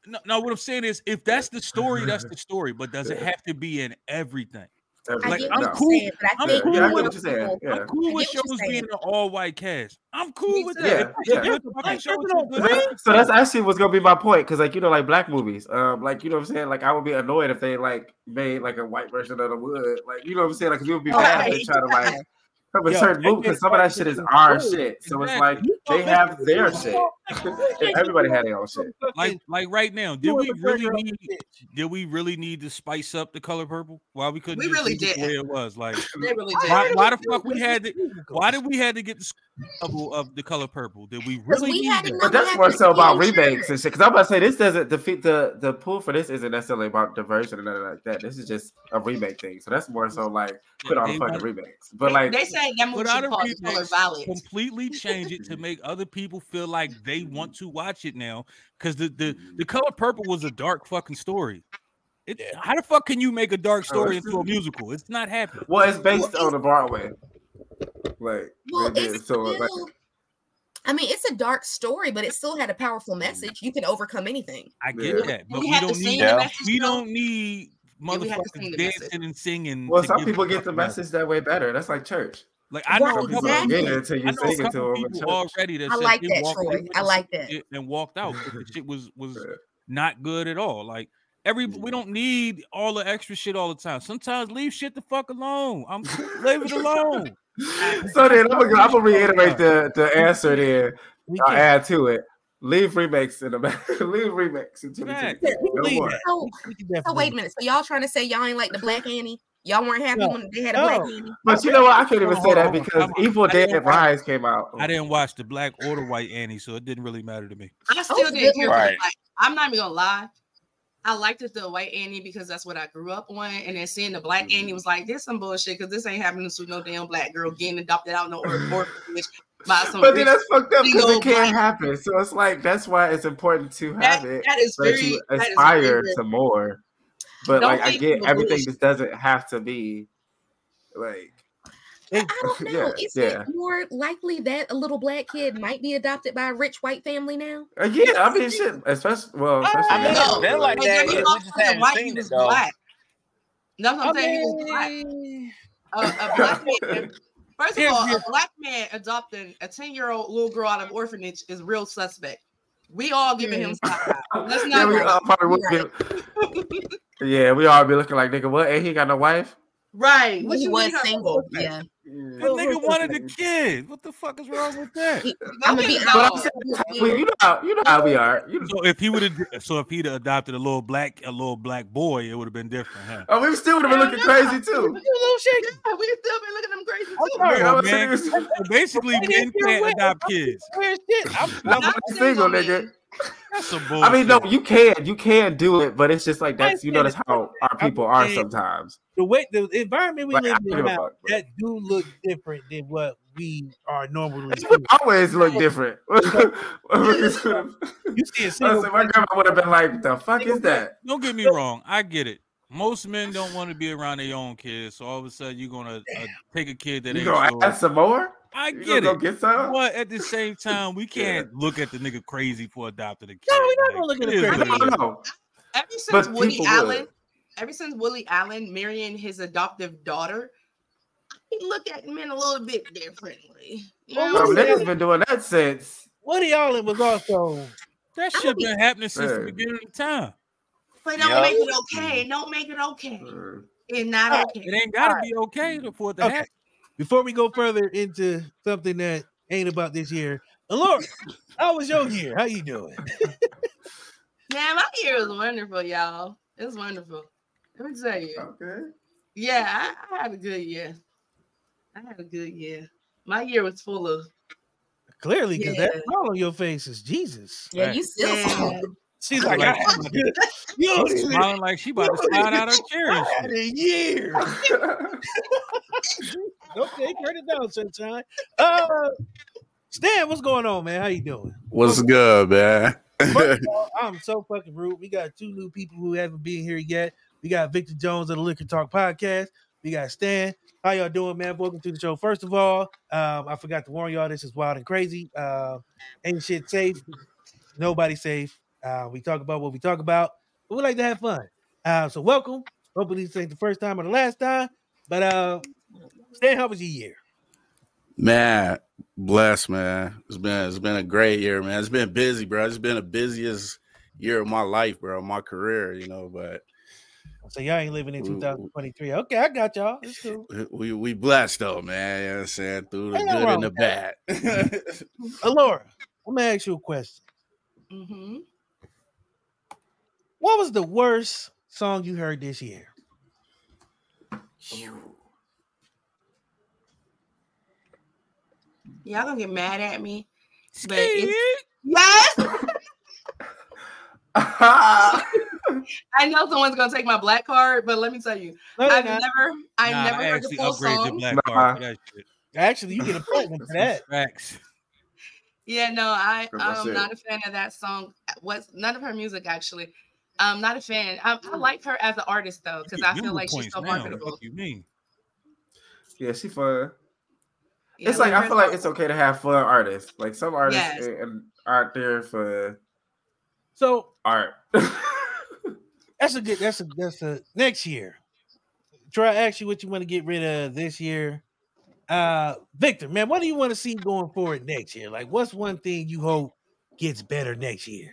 no, no, what I'm saying is if that's the story, that's the story. But does it have to be in everything?
Every-
I
Like,
get
I'm
what you're
cool-
saying, but I
I'm
think
cool
yeah,
with
I get
more
what you're saying.
people-
Yeah.
I'm cool
I get
with
what
shows
you're
being
saying.
an all white cast. I'm cool
Me
with
too.
that. If-
Yeah,
if
yeah.
it's a fucking show
that's
with
what
some
I'm
good-
saying.
So that's actually what's gonna be my point, because like you know, like black movies, um, like you know what I'm saying, like I would be annoyed if they like made like a white version of the wood, like you know what I'm saying, like 'cause we would be mad if they try to like have a
Yo,
certain
that
movie, because
is
some of that
fucking
shit is our
true.
shit, so it's like
Exactly.
they have their shit. And everybody had their own shit.
like like right now, did we really need did we really need to spice up the color purple? Why we couldn't
We
just
really
leave it the
didn't.
way it was? Like
They really did.
why, why the fuck we had to, why did we had to get the level of the color purple? Did we really
we
need
had
that?
enough-
But that's
have
more
to
so about
change
remakes
it.
and shit. Because I'm about to say this doesn't defeat the the pool for this isn't necessarily about diversion or nothing like that. This is just a remake thing. So that's more so like put on
They
the fucking
wanna
remakes. But
They-
like
they saying that movie
Without
should
a
call the color
remix,
violet.
Completely change it to make other people feel like they want to watch it now. Because the, the the color purple was a dark fucking story. It, How the fuck can you make a dark story
it's-
into a musical? It's not happening.
well, it's based
Well,
on the Broadway. Like
Well,
they did.
it's
so
still,
like
I mean, it's a dark story, but it still had a powerful message. You can overcome anything.
I get
Yeah.
that, but
we
we,
had to
don't
sing
need
the
Yeah.
message
we
though.
don't need
Yeah, we had to sing
motherfuckers
the
dancing
message.
and singing.
well,
to
some
give
people get the
fucking message.
message that way better. That's like church.
Like I know
Right,
Some
a couple,
people
Oh, I
don't get
exactly.
it until you
know a
sing it to
couple
them in
people
church.
already that
I
said
like
they
that,
walked-
Troy.
they went
I
to
like
see
that.
it and walked out. because The shit was was
Yeah.
not good at all. Like every we don't need all the extra shit all the time. Sometimes leave shit the fuck alone. I'm leave it alone.
So then I'm gonna, I'm gonna reiterate the, the answer then.
We
I'll
can't.
add to it. Leave remakes in the back. Leave remakes in 2022.
Facts.
No
Leave
more.
that.
So,
We can
Oh,
definitely-
so wait a minute. So y'all trying to say y'all ain't like the Black Annie? Y'all weren't happy
No.
when they had a
No.
Black Annie?
But you know what? I can't even
Hold
say
on,
that
hold on.
because
I'm-
Evil
I didn't
Dead and
watch-
Rise came out.
I didn't watch the black or the white Annie, so it didn't really matter to me.
I still
Oh,
didn't care.
right.
Like, I'm not even gonna lie. I liked it the white Annie because that's what I grew up on, and then seeing the black
Mm-hmm.
Annie was like, "This some bullshit because this ain't happening to no damn black girl getting adopted out no or orphanage by some."
But
rich-
then that's fucked up
big
because it
old
can't
black-
happen. So it's like that's why it's important to
that,
have it
that is
so that
very
you
that is
aspire
very
to more. But
Don't
like I
make
get
people
everything
bullshit.
just doesn't have to be like
I I don't know.
Yeah,
Is
yeah.
it more likely that a little black kid might be adopted by a rich white family now?
uh, yeah, I mean shit, especially well, especially
I mean,
No.
it's been like
Like,
that.
when
We
you
just
lost the
haven't
white, he
seen it
was
though.
black. That's what I'm saying. He was black.
Okay.
A, a black man. First of
Here's
all,
your-
a black man adopting a 10 year old little girl out of orphanage is real suspect. We all giving
Mm.
him side eye. Let's
yeah,
not
we
lie.
all probably would be, yeah, we all be looking like nigga, what? And he got no wife?
Right. What
He
you
was
mean, huh?
single. Yeah.
Mm.
That nigga wanted the kid. What the fuck is wrong with that?
I'm gonna be
But I'm
honest.
saying-
Well, you know how you know how we are. You know,
So if he would have, so if he'd have adopted a little black, a little black boy, it would have been different, huh?
oh, we still would have been
Hell
looking
yeah.
crazy too.
You little shit.
Yeah, we still been looking at them crazy
I'm
too.
sorry.
Nigga, I
Oh,
was
man.
sitting here-
So basically,
They
men
didn't do
can't
it.
adopt kids.
Weird shit. I'm,
I'm
I'm,
not single, nigga.
That's some bullshit.
I mean, no, you can, you can do it, but it's just like that's you know that's how our people are
saying-
sometimes.
the way the environment we
Like, I
live
don't
in
give a
now,
fuck. bro.
that do look different than what we are normally.
It would
seeing.
always look different. Honestly,
You see a single
my grandma would have been like, "The fuck is that?"
don't get me wrong. I get it. Most men don't want to be around their own kids, so all of a sudden you're gonna uh, take a kid that
You
ain't
gonna add
yours.
some more?
I
You
get
gonna go
it.
get some?
But at the same time, we can't look at the nigga crazy for adopting a kid.
No, we're not
Like,
gonna look at
it
him
is
I
crazy.
what it
don't
is.
know.
Ever since
But
Woody
people
Allen,
would.
ever since Woody Allen marrying his adoptive daughter, he looked at men a little bit differently. You know
Well,
what
Bro,
I'm saying?
niggas been doing that since.
Woody Allen was also
That
I'm
shit
gonna
been happening since the
Hey.
beginning of time.
But don't
Yeah.
make it okay. Don't make it okay.
Mm.
It's not okay.
It ain't gotta be okay to- for it to
Okay.
happen.
before we go further into something that ain't about this year. Alora, how was your year? How you doing?
Yeah, my year was wonderful, y'all. It was wonderful. Let me tell you.
Okay.
Yeah, I, I had a good year. I had a good year. My year was full of
Clearly, because
Yeah.
that smile on your face is Jesus.
Yeah, you still
yeah.
She's
Like,
like,
I-
"Ah, you don't
She's
even
smiling like she about to slide out her chair and
had
shit.
a year. Okay, turn it down, sunshine. Uh, Stan, what's going on, man? How you doing?
What's good, man?
First of all, I'm so fucking rude. We got two new people who haven't been here yet. We got Victor Jones of the Liquor Talk podcast. We got Stan. How y'all doing, man? Welcome to the show. First of all, um, I forgot to warn y'all. This is wild and crazy. Uh, ain't shit safe. Nobody safe. Uh, we talk about what we talk about. But we like to have fun. Uh, so welcome. Hopefully this ain't the first time or the last time. But uh, Stan, how was your year?
Man, bless man. It's been it's been a great year, man. It's been busy, bro. It's been the busiest year of my life, bro, my career, you know. But
So y'all ain't living in
Ooh.
2023. Okay, I got y'all. It's cool.
we we blessed though, man. You know what I'm saying? Through the
Ain't
good
nothing
and the
wrong
bad.
Alora, let me ask you a question.
Mm-hmm.
What was the worst song you heard this year?
Y'all gonna get mad at me, but it's, yes, I know someone's gonna take my black card, but let me tell you,
No, no,
I've
no.
never, I
Nah,
never
I
heard the
actually
full
upgraded the
song.
black
Nah.
card for that shit.
Actually, you get a platinum for that.
Facts.
Yeah, no, I
Cause that's
I'm
it.
not a fan of that song. What's none of her music actually. I'm not a fan. I, I like her as an artist though, because I feel
Memory
like she's
points
so
now,
marketable.
Fuck you mean?
yeah, she fun.
Yeah,
it's like
her
I
as
feel
an
like it's okay to have fun artists. Like some artists
Yes.
a- and aren't there for
So
art.
that's a good. That's a that's a next year. Try ask you what you want to get rid of this year. Uh, Victor, man, what do you want to see going forward next year? Like, what's one thing you hope gets better next year?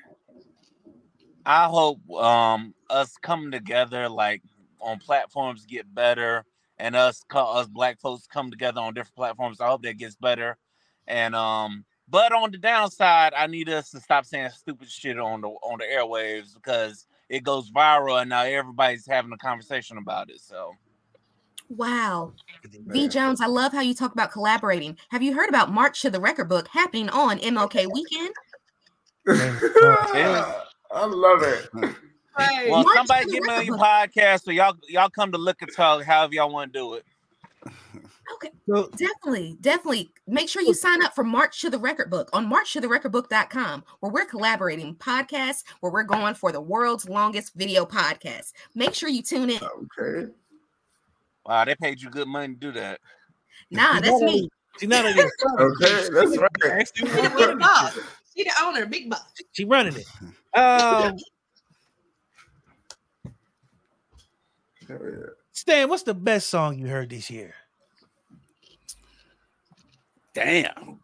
I hope um us coming together like on platforms get better, and us co- us black folks come together on different platforms. I hope that gets better, and um. But on the downside, I need us to stop saying stupid shit on the on the airwaves because it goes viral, and now everybody's having a conversation about it. So
Wow. V.
Yeah.
Jones, I love how you talk about collaborating. Have you heard about March to the Record Book happening on MLK weekend?
I love it.
artist. Right.
Well,
March
somebody
to the
get me
record
on your
book.
podcast, so y'all y'all come to look at talk however y'all want to do it.
Okay,
So
definitely, definitely. Make sure you sign up for March to the Record Book on marchtotherecordbook.com, where we're collaborating podcasts, where we're going for the world's longest video podcast. Make sure you tune
Oh,
in.
Okay.
Wow, they paid you good money to do that.
Nah, that's me.
she not only
Okay. That's right.
Actually,
She the
we're
big
running this
boss.
shit.
She the owner, big boss.
she running it. Um,
Hell yeah.
Stan, what's the best song you heard this year?
Damn.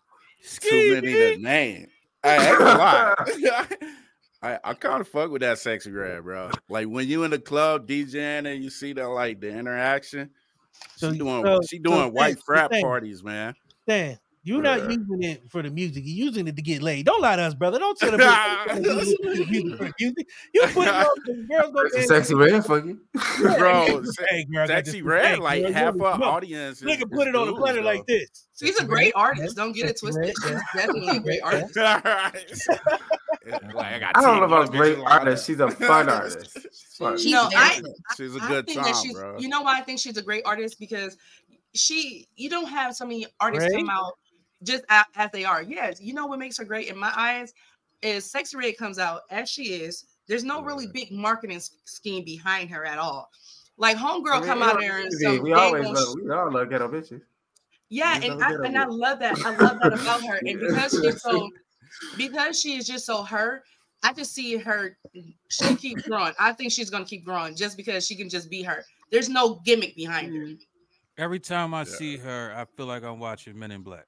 Too many to name. I ain't gonna lie. I, I kind of fuck with that sexy grab, bro. Like when you in the club DJing and you see that like the interaction,
So
she
you-
doing
so-
she
so
doing white
thanks, so
frat
thanks.
parties, man.
Stan, you're not
Bruh.
using it for the music. You're using it to get laid. Don't lie to us, brother. Don't tell the people you're using it for the music. for the music. You put it on the girls go
It's a
dance.
sexy man, fuck you.
Bro,
Hey, girl, I got
Sexy
this
Red,
thing,
like
girl.
half
You
our
know,
audience. is-
Nigga
is
put it on the
dudes,
platter
though.
like this.
She's a
Sexy
great
red,
artist. Don't get it
sexy red,
twisted. She's definitely a great artist.
All right. like, I, got
I don't know
teeth
about
on,
a great
bitch, like
artist.
that.
She's a fun artist. She's fun.
She's
No,
very
I-
good.
She's a
I
good
think that
time,
she's.
bro.
You know why I think she's a great artist because she. You don't have so many artists
Right?
come out just a- as they are. Yes, you know what makes her great in my eyes is Sexy Red comes out as she is. There's no really big marketing s- scheme behind her at all. Like
I
Homegirl
mean,
come
you
out
know,
there and
we-
some
we always
daggone
love, we all love ghetto bitches.
Yeah,
There's
and
no
I
good
and
idea.
I love that. I love that about her. And because she's so because she is just so her, I just see her she keep growing. I think she's gonna keep growing just because she can just be her. There's no gimmick behind her.
Mm.
Every time I
Yeah.
see her, I feel like I'm watching Men in Black.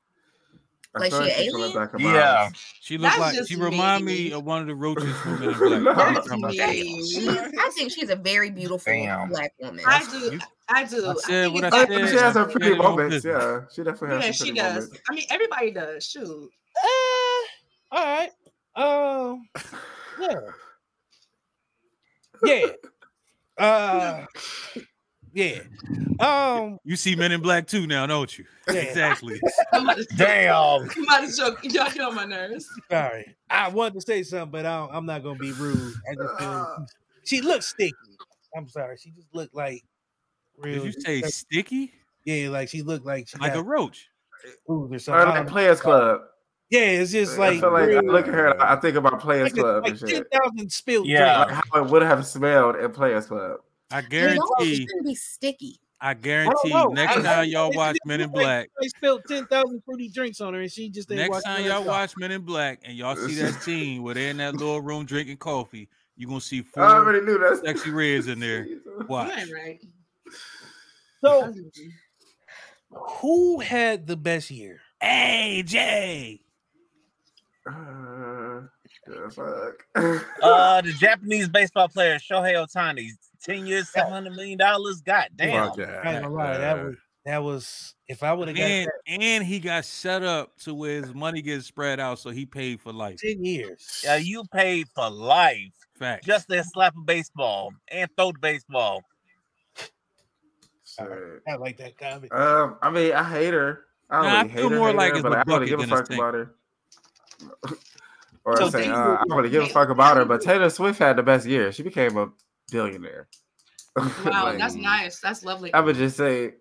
I
Like
feel
she a
she's coming
alien?
back in my
Yeah,
eyes.
She looks
That's
like
just
she remind
me.
me of one of the roaches from Men in Black. Every
That's
time I
me.
see her.
She's, I think she's a very beautiful
Damn.
black woman.
I
That's-
do
you-
I do.
I said
think
what
it's
I
Oh,
like-
she
said.
has her
Yeah,
pretty
it on
moments.
business.
Yeah, she definitely has
Yeah,
some
she
pretty
does.
moments.
I mean everybody does. Shoot.
Uh, all right. Um, yeah. Yeah. Uh, yeah. Um,
You see Men in Black too now, don't you?
Yeah.
Exactly.
Somebody
damn.
somebody joke. Y'all get on my nerves.
sorry. I wanted to say something, but I don't, I'm not gonna be rude. I just feel she looked sticky. I'm sorry. She just looked like
Did
real.
you say sticky?
Yeah, like she looked like she
Like
got
a roach.
food or something.
Or
I
like
don't know.
Players Club.
Yeah, it's just like,
I feel like I
real-
look at her. and I I think about Players
like,
Club
like
and shit.
ten thousand spilled.
Yeah.
Like how it would have smelled at Players Club.
I
Y'all
guarantee,
shouldn't be sticky.
I guarantee.
know.
Next
I-
time y'all
I-
watch Men in
like-
Black,
They spilled ten thousand fruity drinks on her, and she just ain't
next
watch
time
none
y'all
of that.
watch Men in Black, and y'all see that scene where they're in that little room drinking coffee, you are gonna see four
Oh,
I already knew that.
Mm-hmm. sexy reds in there.
You
Watch.
ain't right.
Oh.
So, who had the best year?
Hey Jay,
Uh, yeah, fuck.
Uh, the Japanese baseball player Shohei Otani, ten years, seven hundred million dollars. God damn.
Fuck that.
I ain't gonna lie,
uh,
that was that was if I would have got
and
that
and he got set up to where his money gets spread out, so he paid for life.
ten years.
Yeah, you paid for life
Fact.
just to slap a baseball and throw the baseball.
Shit.
I like that comment.
Um, I mean, I hate her. I don't
Nah, I
really hate
feel
her,
more
hate
like
her,
it's
but
a
I don't really
bucket
give a
than a
fuck
sink.
about her. or
So
I say,
they-
uh, I don't really give a fuck about her. But Taylor Swift had the best year. She became a billionaire.
Wow,
Like,
that's nice. That's lovely.
I would just say,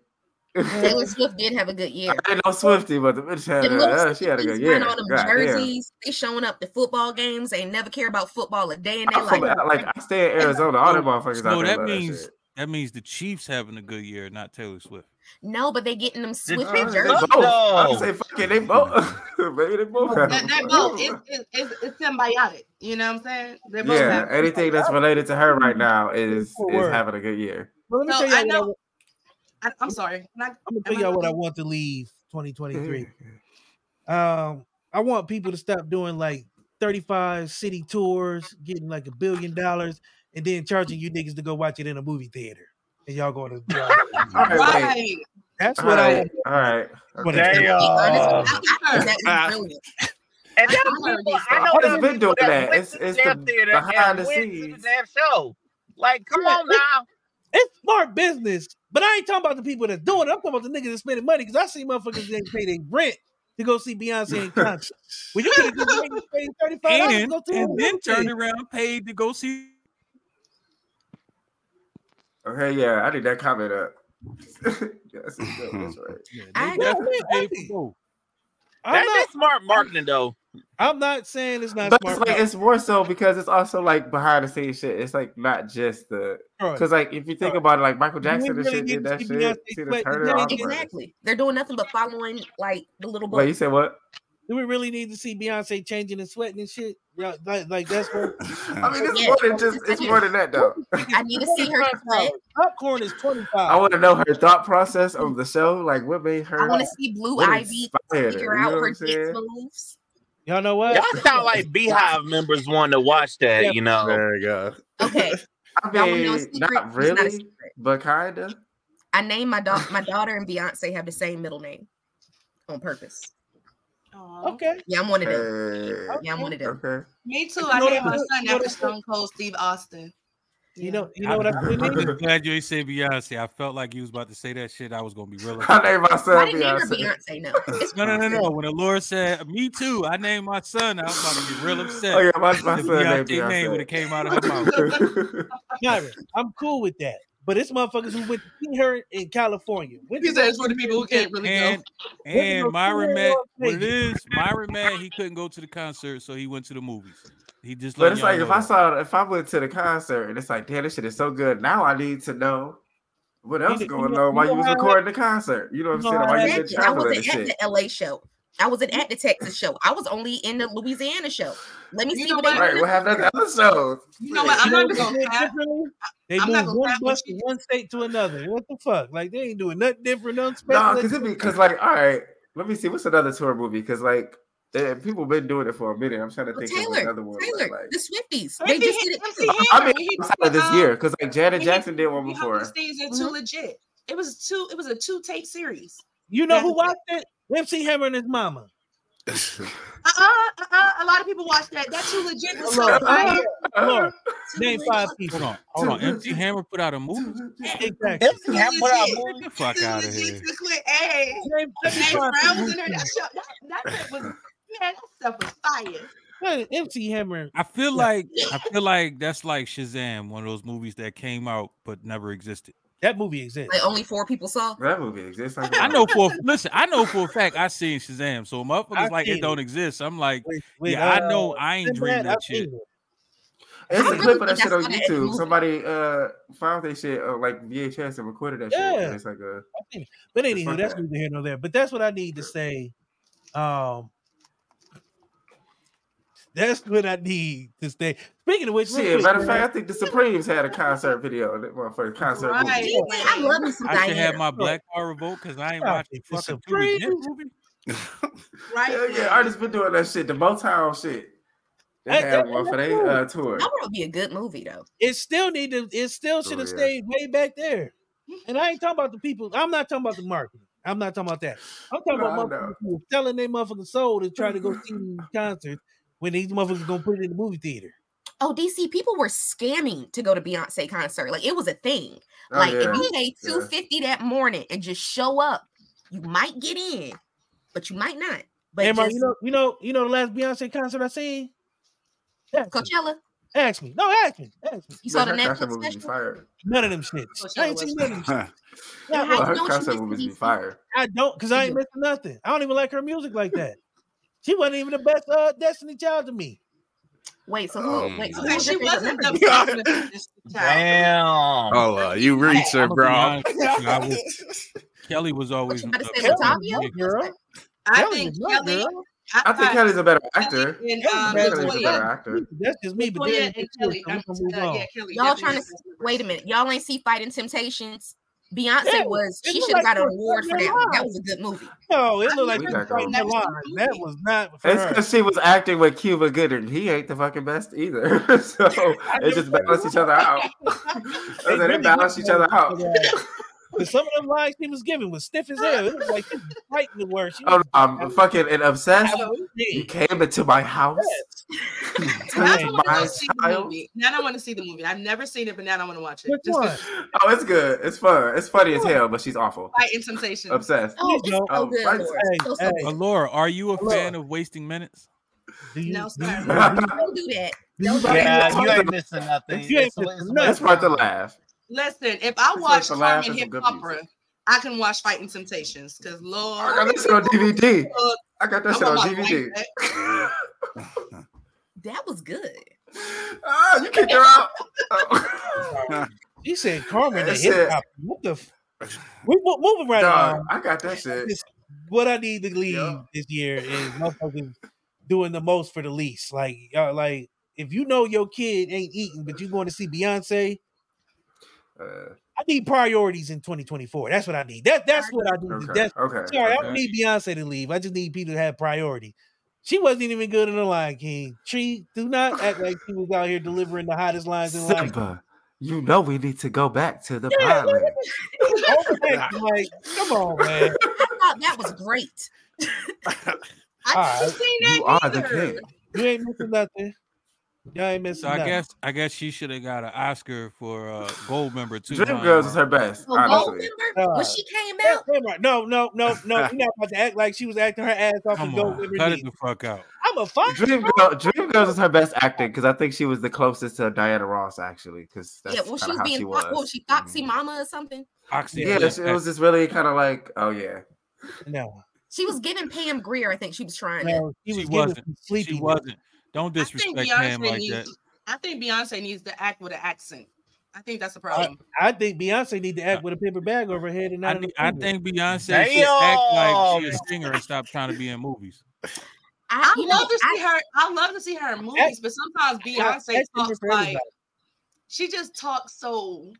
I
Taylor Swift did have a good year.
ain't no Swifty, but the bitch had
Them
a,
little
uh, she had a
stickies
good
wearing
year.
all them
God damn.
jerseys, they showing up to football games. They never care about football a day in their
I'm from,
life.
I- like I stay in Arizona. All them motherfuckers
so
out there
that
love
means
that
that means the Chiefs having a good year, not Taylor Swift.
No, but they getting them
Did-
Swift
shit. Uh,
jerseys.
they both. I
No.
say fuck it, they both. Maybe they both. have
That,
them.
that both it's, it's, it's, it's symbiotic. You know what I'm saying? They both
yeah,
have.
anything that's related to her right now is
Four
is
words.
having a good year.
Well, let me
So
tell
I
you, what I,
know.
wa-
I, I'm sorry. Can I-
I'm gonna
am
tell
I
y'all what I
done?
want to leave 2023. Um, I want people to stop doing like 35 city tours, getting like a billion dollars, and then charging you niggas to go watch it in a movie theater. And y'all going to
All right, wait.
Right.
that's
All
what I
right, all right.
What
Okay.
a-
To be honest,
Damn.
I think that was brilliant.
And that
I
was
heard
people,
these
I
stories.
know there's
Artists been
people
doing
that
that.
went
It's-
to the
it's
damn
the
theater
behind
and
the
went to the
scenes.
damn show. Like, come
Yeah,
on now.
it's smart business, but I ain't talking about the people that's doing it. I'm talking about the niggas that's spending money because I see motherfuckers that ain't pay their rent to go see Beyonce in concert. Well, you could have just waited and paid thirty five dollars to
And,
go to
and
a
then
movie theater.
turned around, paid to go see.
Okay, yeah, I need that comment up. yes, that's right.
Yeah, they
I-
definitely
Yeah,
paid for
yeah.
both.
I'm
That's
not.
smart marketing, though.
I'm not saying it's not
But it's
smart.
like it's more so because it's also like behind the scenes shit. It's like not just the
marketing.
because like if you think
Right.
about it, like Michael Jackson
ain't
and
really
shit
getting
did that
to
shit.
see Beyonce
See the
sweat.
Turner
You ain't
awkward.
getting-
Exactly. They're doing nothing but following like the little
Wait, you
book.
said what?
Do we really need to see Beyonce changing and sweating and shit? Yeah, like, like that's what
I mean, it's
Yeah,
more than
it's
just
just
it's
like-
more than that though.
I need to see her sweat.
popcorn is twenty
I
five.
want to know her thought process of the show. Like, what made her?
I want to see Blue
what
Ivy
inspired her,
figure
you know
out
what
her
I'm saying?
dance moves.
Y'all know what?
Y'all sound like Beehive members wanting to watch that, you know.
There you go.
Okay,
I
y'all want to know a
mean,
secret?
not
It's not a
really,
secret.
but kinda.
I named my daughter. My daughter and Beyonce have the same middle name on purpose.
Aw.
Okay.
Yeah, I'm one of them.
Hey,
Yeah, I'm one of them.
okay.
Me too.
You
I
know
named
what
my
I-
son
you know what
after
I-
Stone Cold Steve Austin.
You
Yeah.
know, you know what I
I'm
mean?
just glad you ain't say Beyonce. I felt like you was about to say that shit. I was gonna be real.
I named my
Why
son
didn't name her
Beyonce.
Beyonce? No, it's
No, no, no, no. When the Lord said, "Me too," I named my son. I was about to be real upset.
Oh yeah, my, my
The
son named
Beyonce name when it
Beyonce.
came out of her mouth.
Myra, I'm cool with that. But it's motherfuckers who went to see her in California. Went
He
to
said it's for the people who can't really
And
Went to
and
go
Myra
somewhere
met
else,
what it
nigga.
is. Myra mad he couldn't go to the concert, so he went to the movies. He just
but
let
it's
y'all
like
know.
if I saw if I went to the concert and it's like, damn, this shit is so good. Now I need to know what else
know-
is going
you know-
on while
you
you was
know how-
recording the concert. You know what I'm
you know
saying?
how
Why you
that-
been
Exactly. I
traveling and
wasn't at
shit?
the LA show. I wasn't at the Texas show. I was only in the Louisiana show. Let me
You
see
know
what they
what?
Right,
do.
we'll have that other show.
You know what? I'm
You know
not
what they
even gonna
did
cap.
differently? They
I'm not
moved
gonna
one
cap
bus
what
from
you-
one state to another. What the fuck? Like they ain't doing nothing different, nothing
No,
special.
because it be because like, all right, let me see what's another tour movie because like eh, people been doing it for a minute. I'm trying to
Well,
think of
Taylor,
another one. but,
Taylor,
like,
the Swifties. They
Maybe
just
he-
did it.
MC
too.
Hammer,
I mean,
when he
outside of
did,
uh,
this
um,
year because like
when
Janet
he
Jackson did one
did Home
before.
for Season
Uh-huh.
Too legit. It was two. It was a two tape series.
You know
Yeah.
who watched it? MC Hammer and his mama.
Uh uh-uh, uh uh. A lot of people watch that. That too legit uh-huh, was so
Hello.
fire.
Uh.
Lord,
Too
name
legit.
five people.
Hold on, hold on. MC Hammer put out a movie.
Exactly.
MC Hammer put out a movie.
Get the fuck
Too
out of
legit
here.
to quit. Hey,
Name
James
75
Brown
people.
was in there. That show. That, that shit was. Man, that stuff was fire.
Man, MC Hammer.
I
Yeah.
feel like I feel like that's like Shazam, one of those movies that came out but never existed.
That movie exists.
Like only four people saw.
That movie exists. Like
I know for listen, I know for a fact I seen Shazam. So
I
motherfuckers like
seen
it
it.
don't exist. I'm like,
With- with,
yeah, I
uh,
know I ain't dreamed
Sinbad,
that
I've seen
shit.
it.
There's
I
a
really
clip of that
think
shit
that's
on
what it
YouTube.
is.
Somebody uh found that shit uh, like VHS and recorded that shit.
Yeah.
It's like a
But
It's
anywho,
like
that's
that.
neither here nor there. But that's what I need to say. Um, that's what I need to say. Speaking of which, real
shit.
quick,
Matter of fact, I think the Supremes had a concert video. of That motherfucker concert
Right.
movie.
Gee, man, I love me some
I should have
Diana.
my black car revoked because I ain't
Yeah,
watched the
it's
fucking
a
Cuban
pretty-
Jim movie.
Right.
Yeah, yeah.
now.
Artists been doing that shit. The Motown shit. They
Hey,
had
that-
one for
that's
their
cool.
uh, tour.
That would be a good movie though.
it still need to. It still should have
Oh, yeah.
stayed way back there. And I ain't talking about the people. I'm not talking about the marketing. I'm not talking about that. I'm talking
No,
about
I
motherfuckers
know.
who selling their motherfucking soul to try to go see these concerts when these motherfuckers gonna put it in the movie theater.
Oh, DC, people were scamming to go to Beyonce concert. Like it was a thing.
Oh,
like
yeah.
if you pay two fifty that morning and just show up, you might get in, but you might not. But
Hey, Mark,
just
you know, you know, you know the last Beyonce concert I seen. Ask me.
Coachella,
Ask me. No, ask me. Ask me.
you saw the
her concert
Netflix
movies be
special.
fire.
None of them shits. I ain't seen none of them. shits.
Yeah,
Not one.
how
Well,
you
her
know she
concert
missed
movies be
DC?
fire.
I don't, cause I ain't missing nothing. I don't even like her music like that. She wasn't even the best uh, Destiny Child to me.
Wait, so who?
Oh,
Um,
wait, so who
Okay,
was
she
your favorite
wasn't
member?
the best of this child.
Damn.
Oh, uh, you
I'ma
reacher,
be
bro.
honest with you, I was- Kelly was always
about to
up
say,
there.
Latavia?
Yeah.
Girl,
I
Kelly's
think
my
Kelly.
girl.
I think Kelly's a better
thought Kelly
actor.
and
Kelly's
um,
better
Kelly's a
than
better
Latoya.
actor.
That's just me. But
Latoya
then
and Kelly. I'm,
I'm
uh,
gonna move on.
yeah, Kelly.
Y'all
definitely
trying to
the best member.
wait a minute. Y'all ain't see Fighting Temptations. Beyonce
Yeah,
was
it
she
look
should have
like
got an
she was
award for
fighting
that
her
one. That
line.
was a good movie.
No, it
I
looked like
We
she
not
was
gonna-
fighting her
Never seen
line.
the
That
movie.
was not for
It's
her.
because she was acting with Cuba Gooding. He ain't the fucking best either. so it just balanced each other out.
They
so they
really
balanced
did
each other
balance
out.
each other out. uh, But some of them lines she was giving was stiff as hell. It was like she was fighting the word. She
Oh,
was
I'm fucking and obsessed. You
dead.
came into my house. You
Now I
touched
want to go
my
see the
child.
movie. Now I want to see the movie. I've never seen it, but now I want to watch it.
Which
Just 'cause
one?
Oh, it's good. It's fun. It's funny as hell, but she's awful.
Fighting Temptation.
Obsessed.
Oh, it's
know,
so
um,
good,
Fighting-
Lord. so, so
Hey,
good.
Allura, are you a
Allura.
fan of wasting minutes?
Do you,
No,
do you-
sir.
do you-
Don't do that.
do you
Don't do
Yeah.
like-
It's
Yeah, you
worth
ain't
the-
missing nothing.
You ain't
It's a-
missing
it's a
nothing.
It's
waste
worth the
of time.
laugh.
Listen, if I
It's
watch
for laughs and
Carmen
some
Hip
good
Opera, I can watch Fighting Temptations because
I
Lord,
got that shit on DVD.
uh,
I got that
I'm
shit on
about to
DVD.
like that.
That was good.
ah, you kicked her out. Oh.
She said Carmen the
That's
hip
it.
hop. What the? F- we mo- moving right
Dog,
along.
I got that shit.
This- what I need to leave
Yeah.
this year is motherfucking doing the most for the least. Like, y'all, like if you know your kid ain't eating, but you going to see Beyonce,
Uh,
I need priorities in 2024. That's what I need. That that's what I need.
okay.
That's,
okay.
sorry, I
okay.
don't need Beyonce to leave. I just need people to have priority. She wasn't even good in the Lion King. She do not act like she was out here delivering the hottest lines in Lion King.
Simba, you know we need to go back to the
Yeah,
pilot.
Overacting, like, come on, man.
I thought that was great.
I
All
haven't seen
You
that
are the
neither.
king.
You ain't missing nothing. Y'all ain't missing
So I
nothing.
guess I guess she should have got an Oscar for uh, Gold Member too.
Dream
huh?
Girls is her best,
So Gold
honestly.
member when
Uh,
she came
Yeah,
out,
damn right. No, no, no, no. You're not about to act like she was acting her ass off and
Come
go
on,
with her
cut it
knees.
the fuck out.
I'm a fine.
Dream Girl, Dream Girls is her best acting because I think she was the closest to Diana Ross actually, because that's
yeah, well, she
kind
was
of how
being
she
fo- what
was. Mm. Mm-hmm.
was she Foxy Mama or something?
Oxy
Yeah,
Blitz,
she- it was just really kind of like, oh yeah,
No,
She was giving Pam Greer, I think she was trying to.
no, she
she
was giving
wasn't.
some sleepy.
She wasn't. Don't
I think
disrespect
Beyonce
Pam like
needs.
that.
I think Beyonce needs to act with an accent. I think that's the
I,
problem.
I think Beyonce need to act with a paper bag over her head and
Uh, I,
not in
need-
a
I
finger.
think Beyonce should act like she a singer and stop trying to be in movies.
I
I
you know
love to see
I,
her. I love to see her in movies, but sometimes Beyonce
That's different
talks
for
like
everybody.
she just talks so.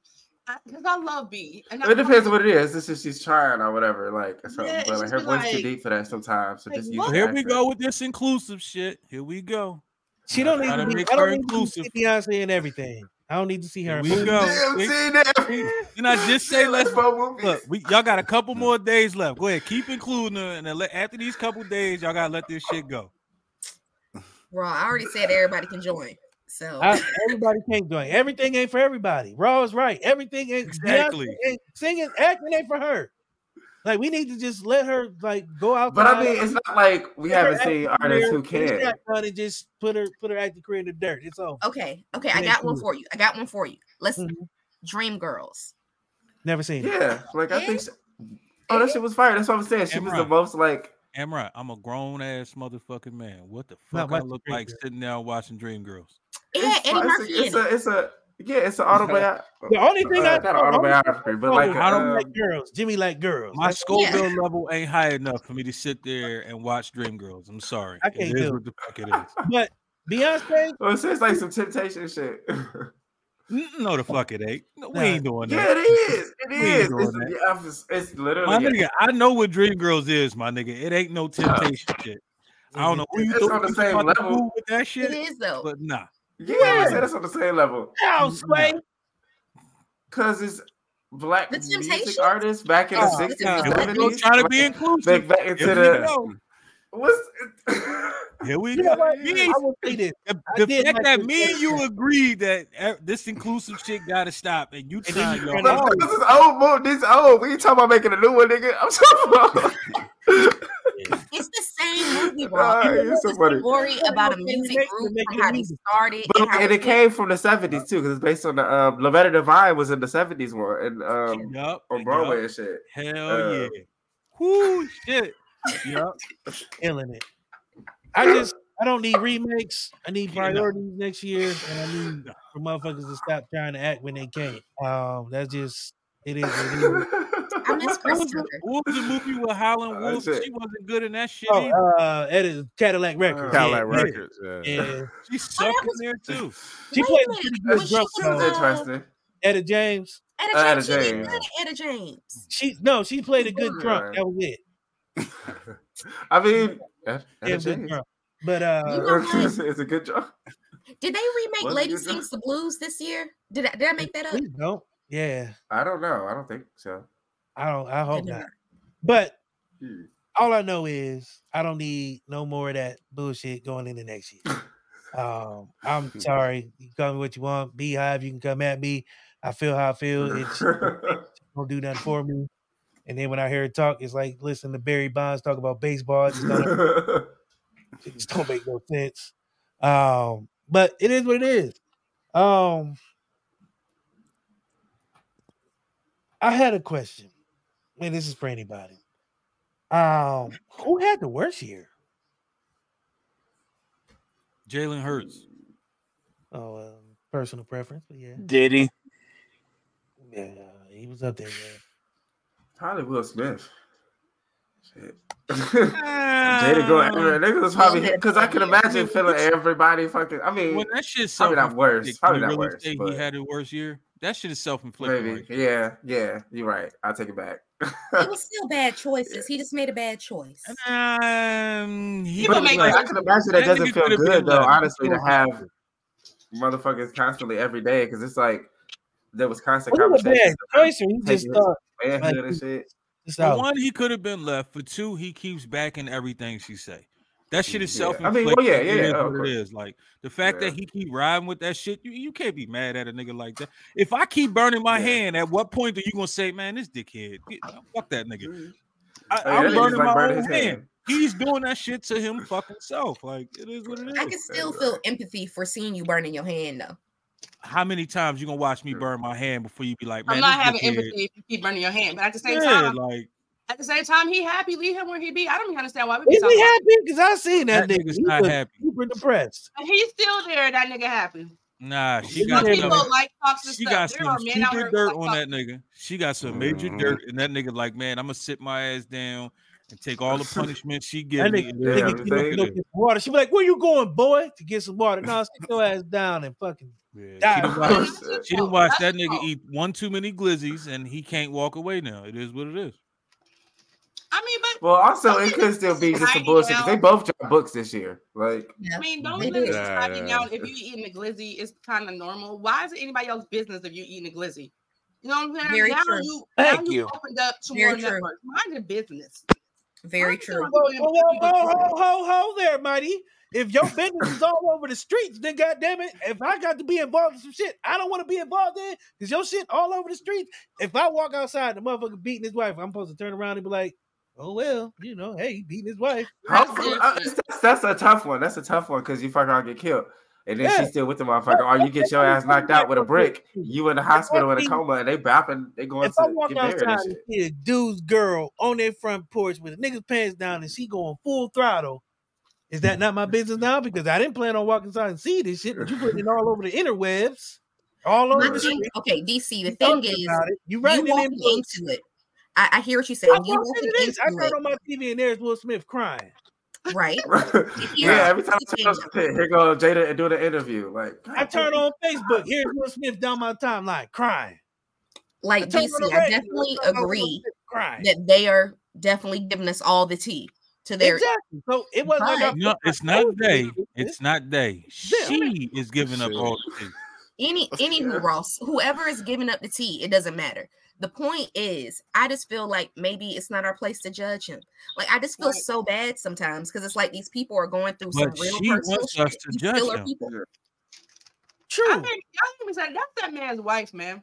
Because I, love B, and I
it depends on what it is. It's just she's trying or whatever, like or something.
Yeah,
but
it's
like,
just
her
be
voice too
like-
deep for that sometimes. So
like,
just use
what?
your
Here we
accent.
go with this inclusive shit. Here we go.
She don't
Gotta
even. Need,
make
I
her
don't need to see
inclusive.
Beyonce in everything. I don't need to see her. in
Here we
movies.
go.
Damn,
Big-
see that?
Can I just say
Damn,
let's
that's both movies.
look? We y'all got a couple more days left. Go ahead, keep including her, and then let, after these couple days, y'all gotta let this shit go.
raw. I already said everybody can join. So
I, everybody can't join. Everything ain't for everybody. Raw is right. Everything ain't
Exactly.
Beyonce ain't- singing, acting ain't for her. Like we need to just let her like go out.
But I mean, it's not like we haven't seen artists who
Get a
can.
shotgun and just put her put her acting career in the dirt. It's over.
okay, okay,
I
I
mean,
got
cool.
one
Mm-hmm.
for you. I got one for you. Let's
Mhm.
Dream Girls.
Never seen it.
Yeah, like I think. She, oh, that shit was fire. That's what I'm saying. She was the
Imran.
most like.
Amra, I'm a grown ass motherfucking man. What the
Not
fuck I
watching
look
Dream
like
Girls.
sitting down watching Dreamgirls?
It
It's,
had Eddie
it's,
Murphy
a, it's
in it.
a. It's a. Yeah, it's an autobiography.
The only thing I
uh, not an autobiography, but like
I don't
um,
like girls. Jimmy like girls.
My
That's-
Scoville level ain't high enough for me to sit there and watch Dreamgirls. I'm sorry.
I can't
it is
do
what the fuck it is.
but Beyonce,
Well, it's just like some temptation shit.
N- No, the fuck it ain't. No,
Nah.
we ain't doing
yeah,
that.
it is. It
ain't
is.
doing
It's,
that.
yeah, I'm just- it's literally.
My
yeah.
nigga, I know what Dreamgirls is, my nigga. It ain't no temptation shit. I
Mm-hmm.
don't know who you
It's
thought
on the
you
same
about to
level.
fool with that
It
shit,
is though.
but nah.
Yeah, I said that's on the same level.
no,
Mm,
Sway.
Cause it's black
The Temptations?
music artists back in the
Oh,
sixties,
God.
And we gonna
seventies.
try to be inclusive.
back, back into
Here we
the
go.
what's
Here we
You know
go.
what?
Me
I
and-
will say this.
the
I
the
did
fact
like
that
the-
me and you agree that eh, this inclusive shit gotta stop, and you
then
trying
you
your
run out.
hardest.
Look, this is old. Mo, this is old. We ain't talking about making a new one, nigga. I'm talking about.
It's the same movie, bro.
Ah,
Everyone
you're so
was
funny.
worried about a
Everyone
music
make-
group
make
from
it
how they
music.
started.
But
and how
and it
they-
came from the seventies too, because it's based on the um, Loretta Devine was in the seventies one and um
Yup,
on
yup.
Broadway and shit.
Hell
Uh,
yeah. Whoo shit. Yup.
killing it. I just I don't need remakes. I need priorities next year, and I need for motherfuckers to stop trying to act when they can't. Um, that's just it is. What it is.
I miss
What
Chris
was, the,
Tucker.
what was the movie with Howlin'
Uh,
Wolf?
that's it.
She wasn't good in that shit. either.
Oh, uh, that is Cadillac Records.
Yeah,
Cadillac
yeah,
Records. Yeah.
Yeah, yeah.
she sucked in
was-
there too.
She
Wait
played
a
a pretty
minute.
good
When she
drunk
This
was,
is
though.
uh,
interesting.
Etta James.
Etta
Etta
James. She did
James.
good at Etta James.
She no, she played a good drunk.
Alright.
That was it.
I mean, that,
Yeah, uh,
that
good drunk. But
You
uh,
know what?
it's, a good job.
Did they remake
Wasn't
Lady
good, though.
Sings the Blues this year? Did I, did I make that up?
please don't. Yeah,
I don't know. I don't think so.
I don't. I hope
Good
not.
night.
But
Hmm.
all I know is I don't need no more of that bullshit going into next year. Um, I'm sorry. You call me what you want. Beehive, you can come at me. I feel how I
Hmm.
feel. It's don't do nothing for me. And then when I hear her talk, it's like listen to Barry Bonds talk about baseball. I just don't. it just don't make no sense. Um, but it is what it is. Um, I had a question, and this is for anybody. Um, who had the worst year?
Jalen Hurts.
Oh, um, personal preference, but yeah,
Did he?
yeah, he was up there. Man.
probably Will Smith. Shit. Jada going
Um,
everywhere. Niggas was probably because I can imagine feeling everybody fucking. I mean,
When that shit
probably not worse.
self-inflicted,
Probably
can
not
you really
worse,
say
but-
he had a worse year. That shit is self-inflicted.
maybe.
right?
Yeah, yeah. You're right. I'll take it back.
It was still bad choices. He just made a bad choice.
Um, he
People
was
make
Like,
like-
I can imagine that
That
doesn't
nigga
feel
could've been
good though,
left.
honestly, to have motherfuckers constantly every day because it's like there was constant
Was it a bad
conversations about
choice, or he just
taking his
thought
manhood
like,
and shit.
this
for
out?
one, he could have been left. For two, he keeps backing everything she say. That shit is
Yeah. I mean,
self
well,
inflicted.
yeah, yeah,
It is
oh, of
what
course.
it is. Like the fact
Yeah.
that he keep riding with that shit, you, you can't be mad at a nigga like that. If I keep burning my
Yeah.
hand, at what point are you gonna say, man, this dickhead? get- Fuck that nigga. I,
Oh, yeah, that
I'm
nigga's
burning
like
my
burning
own
his
hand. He's doing that shit to him fucking self. Like it is what it
I
is.
can still feel empathy for seeing you burning your hand though.
How many times you gonna watch me
True.
burn my hand before you be like, man,
I'm not
this
having
dickhead-
empathy if you keep burning your hand, but at the same
Yeah,
time,
like
at the same time, he happy. Leave him where he be. I don't even understand why we be
Is
talking.
he
About
happy? Because I seen that,
that
nigga.
nigga's
He
not
was
happy.
super depressed.
and he's still there. That nigga happy.
Nah, she
He's
got
Some
there,
something.
people like toxic
she
stuff.
got
there
some
are men out
super
here
dirt
like
on that nigga. She got some major
Mhm.
dirt, and that nigga like, man, I'm gonna sit my ass down and take all the punishment she
That
give me.
nigga,
and
Yeah,
then
nigga
I'm
came up
look
to
saying.
go
at
get
it."
some water. She be like, "Where you going, boy? To get some water?" No, sit your ass down and fucking.
Yeah, she
Die.
done
But
watched,
that's your
she done
fault.
watched
That's
that
your
nigga
fault.
eat one too many glizzies, and he can't walk away now. It is what it is.
I mean, but
Well, also it could still be just some bullshit. 'cause They both dropped books this year. Like,
I mean, don't
They
let it
did.
Yeah,
tie you
yeah.
down if you eating a glizzy. It's kind of normal. Why is it anybody else's business if you eating a glizzy? You know what I'm saying?
Very
now
true.
you,
Thank
now you,
you.
opened up to
Very
more
true.
networks. Mind your business.
Very
Mind your
true.
Whoa,
goddamn
whoa, whoa,
business.
whoa, ho, ho, ho there, mighty. If your business is all over the streets, then goddamn it, if I got to be involved in some shit I don't want to be involved in, because your shit all over the streets. If I walk outside, the motherfucker beating his wife, I'm supposed to turn around and be like, oh, well, you know, hey, he beating his wife.
hopefully, uh, it's- that's, that's a tough one. That's a tough one because you fucking around and get killed. and then she's still with the motherfucker. Or you get your ass knocked out with a brick, you in the hospital in a coma, and they bopping, they going
If I
to
walk
get married
outside
and
and
shit.
see a dude's girl on their front porch with a nigga's pants down and she going full throttle, is that not my business now? Because I didn't plan on walking outside and see this shit, but you putting it all over the interwebs, all over.
My
The
thing, okay, DC. The
you
thing
talking
is,
about it. you
you
writing it in
walking
books.
into it. I, I hear what you're saying.
I
You
walked
walking
into this. I
into
turned on my TV and there's Will Smith crying.
it, right?
yeah, every time
Here's the thing,
I turn on some shit, here goes Jada and doing an interview. Like,
I turned on Facebook. Here's Will Smith down my timeline crying.
Like
turned
DC,
on the
I
radio,
definitely
I was
agree
Crying.
that they are definitely giving us all the tea to their.
exactly. So it wasn't like I
But-
No, it's not they. It's not they. She is giving up
Shit.
all the things.
any any who Ross, whoever is giving up the tea, it doesn't matter. The point is, I just feel like maybe it's not our place to judge him. Like I just feel so bad sometimes because it's like these people are going through some
But
real
she
personal
wants us
shit.
to
These
judge
still are
him.
people.
I
true.
think, y'all hear me say, that's that man's wife, man.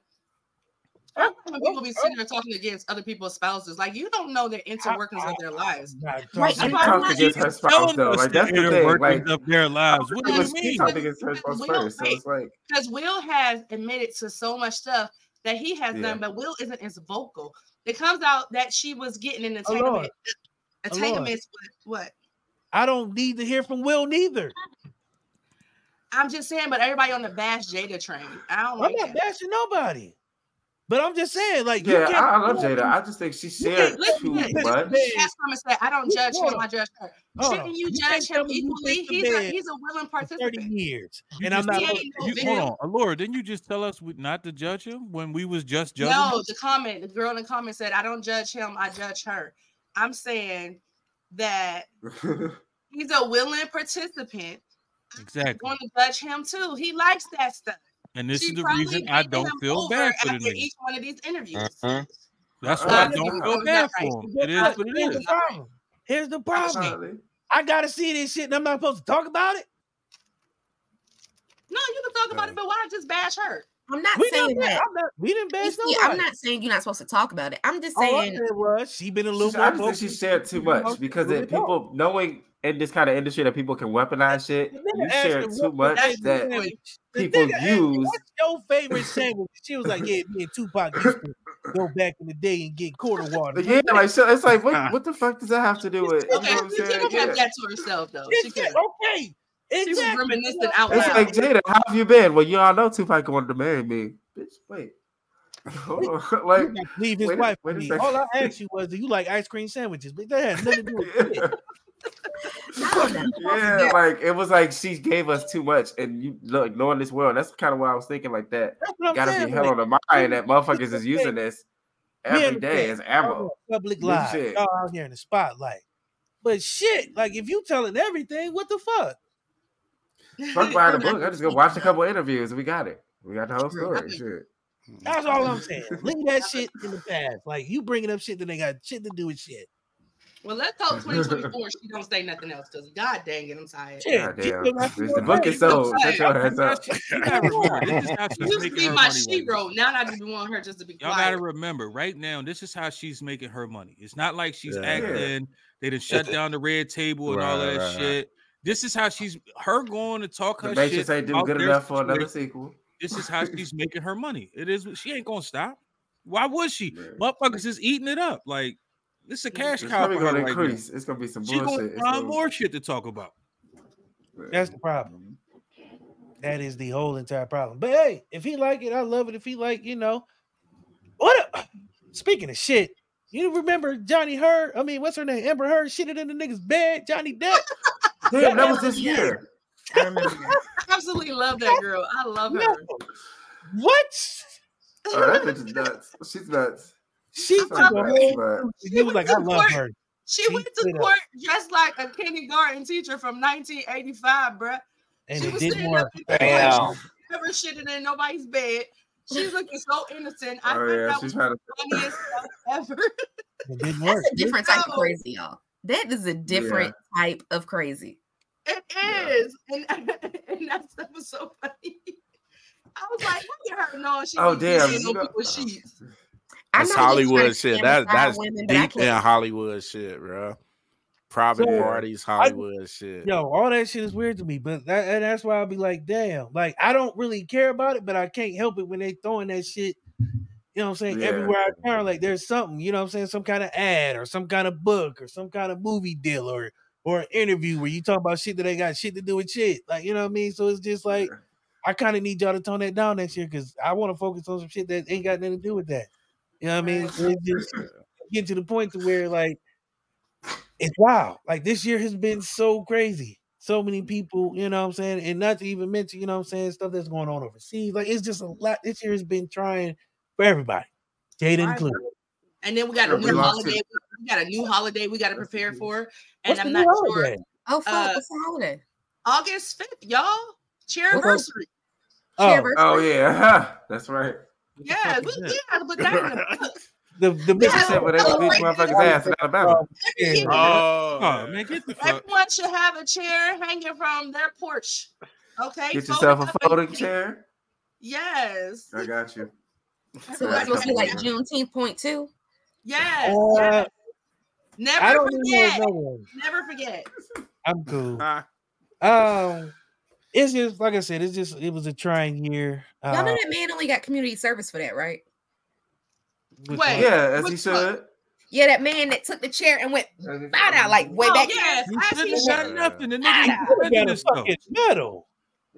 I don't like When
Oh,
people be sitting there talking against other people's spouses, like you don't know the inner workings of their lives.
Nah,
Right,
she
Johnson,
and I'm
talked
not
against her spouse though. Like that's the thing. Like,
up their lives. What do
she
you
was- she
mean?
talked against her spouse
We don't
first, so
wait.
it's like,
Because Will has admitted to so much stuff that he has
Yeah.
done, but Will isn't as vocal. It comes out that she was getting an
Oh, Lord.
entanglement. entanglement with what?
I don't need to hear from Will neither.
I'm just saying, but everybody on the bash Jada train. I
Oh
don't
I'm
like
not
that.
bashing nobody. But I'm just saying, like,
yeah,
you can't
I, I love Jada. I just think she shared
can't listen
too
to
much.
this That's why I said I don't judge him. I judge her.
Hold on.
Shouldn't you
You
judge
can't
him
tell me you
equally?
think the
He's a,
man
he's a willing
for 30
participant.
years.
You
and I'm
just
not
He
tell-
ain't no
you,
video.
hold on, Allura. Didn't you just tell us we- not to judge him when we was just judging?
No,
him?
the comment, the girl in the comment said, I don't judge him, I judge her. I'm saying that he's a willing participant. I'm
exactly.
going to judge him too. He likes that stuff.
And this
She
is the
probably
reason I
dated
don't
him
feel
over
bad for the
after
nigga.
each one of these interviews.
Mhm.
That's
Uh,
why I
I'm
don't
not
feel
right.
bad for him. It is
But
what
here's
it
the
is.
problem. Here's the problem.
Probably.
I gotta see this shit and I'm not supposed to talk about it.
No, you can talk about it, but why just bash her?
I'm not
We
saying
didn't,
that.
I'm not, we didn't
You
bash
see,
nobody.
I'm not saying you're not supposed to talk about it. I'm
Oh,
just
All I
saying,
said was she been a little
She's-
more
I just think
vocal.
she shared too
She's been
much
vocal.
because
Here we
it,
go.
people knowing in this kind of industry that people can weaponize shit.
The nigga
You
asked
shared
her
too
what
much
her
That's
that
favorite-
rude.
the
people
nigga asked her,
use.
What's your favorite sandwich? She was like, Yeah, me and Tupac used to go back in the day and get quarter water.
Yeah, like so it's like what, what the fuck does that have to do with you know
Okay,
what I'm
she
saying?
could have
Yeah.
kept that to herself though. She could.
okay.
She was
Exactly.
reminiscing out
It's
loud.
like Jada, how have you been? Well, you all know Tupac wanted to marry me. Bitch, wait. Hold on.
You
like
got to leave his
wait a-
wife
wait
for
a
me.
second.
All I asked you was, do you like ice cream sandwiches? But that had nothing to do with shit.
no, no,
yeah, like it was like she gave us too much, and you look knowing this world. That's kind of why I was thinking like that.
That's what I'm
Gotta
saying.
be hell
like,
on the mind that motherfuckers is using this
we
every
understand.
day as
y'all
ammo.
on Oh, Public
New
live.
shit.
Y'all out here in the spotlight. But shit, like if you telling everything, what the fuck?
Fuck behind the
Well,
book. I just go
think
watch a couple interviews. We got it. We got the whole
True.
story. Shit.
That's all I'm saying. Leave that shit in the past. Like you bringing up shit that ain't got shit to do with shit.
Well, let's hope 2024 she don't say nothing else because god dang it, I'm tired.
Shit.
God
she
damn.
look like she
Bitch, the
gonna
book
marry
is sold. Shut your ass
Y'all
up.
got- you gotta remember, this is how
She
she's
used to
making
be
her
my
money right now.
she-ro. Now I just want her just to be
Y'all
quiet.
gotta remember, right now, this is how she's making her money. It's not like she's
Yeah.
acting. They done shut down the red table and all of
Right,
that
right, right.
shit. This is how she's her going to talk
The
her
Matrix
shit.
ain't do
about
good
their
enough for another
situation.
sequel.
This is how she's making her money. It is. She ain't gonna stop. Why would she?
Man.
Motherfuckers is eating it up. Like this is a cash
It's
cow
probably
for her
gonna
right now.
increase. It's gonna be some
She gonna
bullshit. It's
find
gonna-
more shit to talk about.
That's the problem. That is the whole entire problem. But hey, if he like it, I love it. If he like, you know, what? A, speaking of shit, you remember Johnny Hurd? I mean, what's her name? Amber Heard shitted in the nigga's bed. Johnny Depp.
Damn, that was this
Yeah.
year.
I remember that.
I absolutely love that girl. I love her.
No. What?
Oh, that bitch is nuts. She's nuts. oh,
She took
Fuck
a
that,
whole. He was like, I love her.
She
She
went
stood
to
up.
court dressed like a kindergarten teacher from 1985, bruh.
And
she
it
was
didn't
sitting
work.
up in the
Damn.
court. She never shitted in nobody's bed. She's looking so innocent. I
Oh
think
yeah,
that
she's
was
trying to.
the funniest stuff ever.
It didn't work.
That's a different type of
No.
crazy, y'all. That is a different type of crazy.
It
Yeah.
is. And, and that stuff was so funny. I was like, look at her knowing she
Oh,
be
damn,
pissing
you know- uh,
on people's sheets.
I
That's
know they try to
Hollywood shit. That's
stigmatize
that's
women, but I
deep in
can't.
Hollywood shit, bro. private
So,
parties, Hollywood shit.
Yo, all that shit is weird to me, but that, and that's why I'll be like, damn, like I don't really care about it, but I can't help it when they throwing that shit. You know what I'm saying?
Yeah.
Everywhere I turn, like there's something. You know what I'm saying? Some kind of ad or some kind of book or some kind of movie deal or or an interview where you talk about shit that ain't got shit to do with shit. Like you know what I mean? So it's just like I kind of need y'all to tone that down next year because I want to focus on some shit that ain't got nothing to do with that. You know what I mean? So it's just get to the point to where like it's wild. Like this year has been so crazy. So many people, you know what I'm saying? And not to even mention, you know what I'm saying, stuff that's going on overseas. Like it's just a lot. This year has been trying for everybody. Jade
Right.
included.
And then we got
Yeah,
a
we
new
lost
holiday. We got a new holiday we got to prepare for. And
What's the
I'm
new
not sure.
holiday?
Oh fuck,
Uh,
what's the holiday?
August 5th, y'all. Chairversary.
Oh,
Chairverse-
Oh yeah, that's right.
Yeah, we, we got to put that in the book.
the the
Yeah.
Except when they
Oh,
beat
right.
motherfuckers ass in Alabama.
Every kid-
Oh,
Oh,
man.
man, get the fuck.
Everyone should have a chair hanging from their porch. Okay.
Get
fold
yourself
it up
a
and-
folding chair.
Yes.
I got you.
So it's supposed to be like Juneteenth point two.
Yes.
uh,
yes. Never
I don't even
forget.
know no one.
Never forget.
I'm cool.
Huh?
Um, it's just like I said, it's just it was a trying year.
Y'all know
Uh,
that man only got community service for that, right?
with,
Wait.
uh,
Yeah, as
Which
he should.
Yeah, that man that took the chair and went bada like way
Oh,
back.
yes.
He
As
should
he
have
should.
got
should.
nothing. The
Ah,
nigga was
he
I got
defending
a
himself.
fucking medal.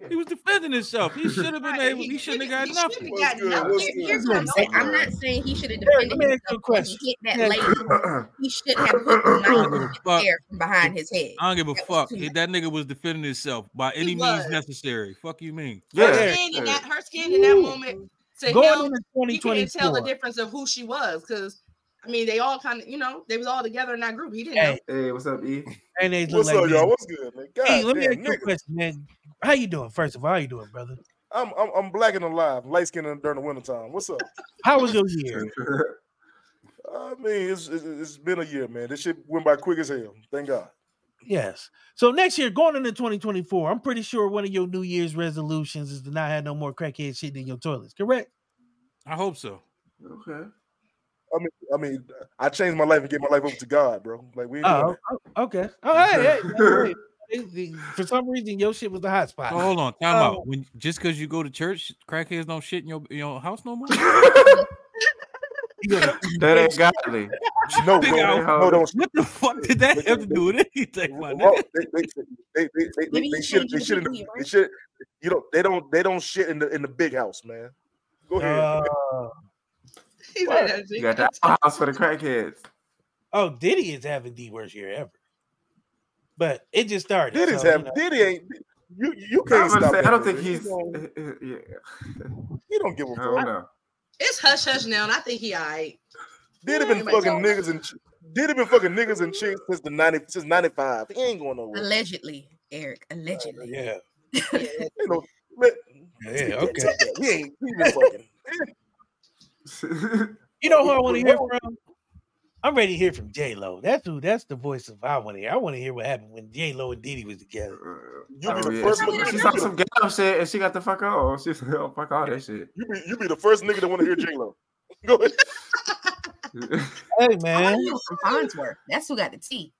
He was defending himself. He should have been
Right,
able. He shouldn't have
he
got nothing.
shouldn't have
What's good?
got
What's
nothing.
good?
Here's
Here's
what
what
I'm
I'm saying. I'm
saying.
not saying he should have
Derek,
defended
let me ask you a question.
himself when
Uh,
he hit that
Yeah.
lady. He should have put the knife in the air from behind his head.
I don't give a
That was
fuck.
too
He-
much.
That nigga was defending himself by any
was.
means necessary. Fuck you mean?
Her
Yeah.
skin in
yeah.
that her skin in that
Ooh.
moment to
Going
him,
into
he couldn't tell
2024.
the difference of who she was because I mean they all kind of you know they was all together in that group. He didn't know.
Hey,
Hey, what's up, E?
and they look
What's
like
up, y'all?
that.
What's good, man? God
Hey, let me
damn,
ask you a
nigga.
question, man. How you doing? First of all, how you doing, brother?
I'm, I'm I'm black and alive, light skinned during the wintertime. What's up?
How was your year?
I mean, it's, it's it's been a year, man. This shit went by quick as hell. Thank God.
Yes. So next year, going into 2024, I'm pretty sure one of your New Year's resolutions is to not have no more crackhead shit in your toilets. Correct?
I hope so.
okay.
I mean, I mean, I changed my life and gave my life over to God, bro. Like we ain't doing
Oh,
that.
o- okay. Oh, hey, hey, hey, hey, hey, For some reason, your shit was the hot
So
spot.
hold on, time
Oh.
out. When just because you go to church, crackheads don't shit in your in your house no more.
That ain't godly.
No,
Big
bro,
Al.
no, don't.
What the fuck did that have to do with anything, my
Well,
nigga?
they, they, they, they, they, they,
Maybe you
they shit,
changed
they
the
shit in
people
the,
you
they
were.
shit. You don't, they don't, they don't shit in the in the big house, man. Go ahead.
Uh,
He said
What?
that
You
shit.
got the Owl house for the crackheads.
oh, Diddy is having the worst year ever. But it just started.
Diddy's
so, you
have
know.
Diddy ain't you you
I'm
can't
gonna
stop.
say, I
that
don't
man.
think
He
he's.
don't-
Yeah,
he don't give a
I don't
fuck.
know.
It's hush hush now, and I think he alright.
Diddy
Yeah,
been
but-
fucking niggas and ch- Diddy been fucking niggas and chicks since the ninety since ninety five. He ain't going nowhere.
Allegedly, Eric. Allegedly.
Yeah.
Ain't no, let,
Yeah.
take
Okay.
that, take that. He ain't he been fucking.
You know who I want to
Wait,
hear
what
from? I'm ready to hear from J Lo. That's who. That's the voice of I want to hear. I want to hear what happened when J Lo and Diddy was together.
You be
Oh,
the
yeah.
first
She-
one-
She saw some ghetto shit and she got the fuck off. She's like, oh, fuck all that shit.
You be you be the first nigga to want to hear J Lo. Go ahead.
Hey
I want
man,
to hear from Farnsworth. That's who got the tea.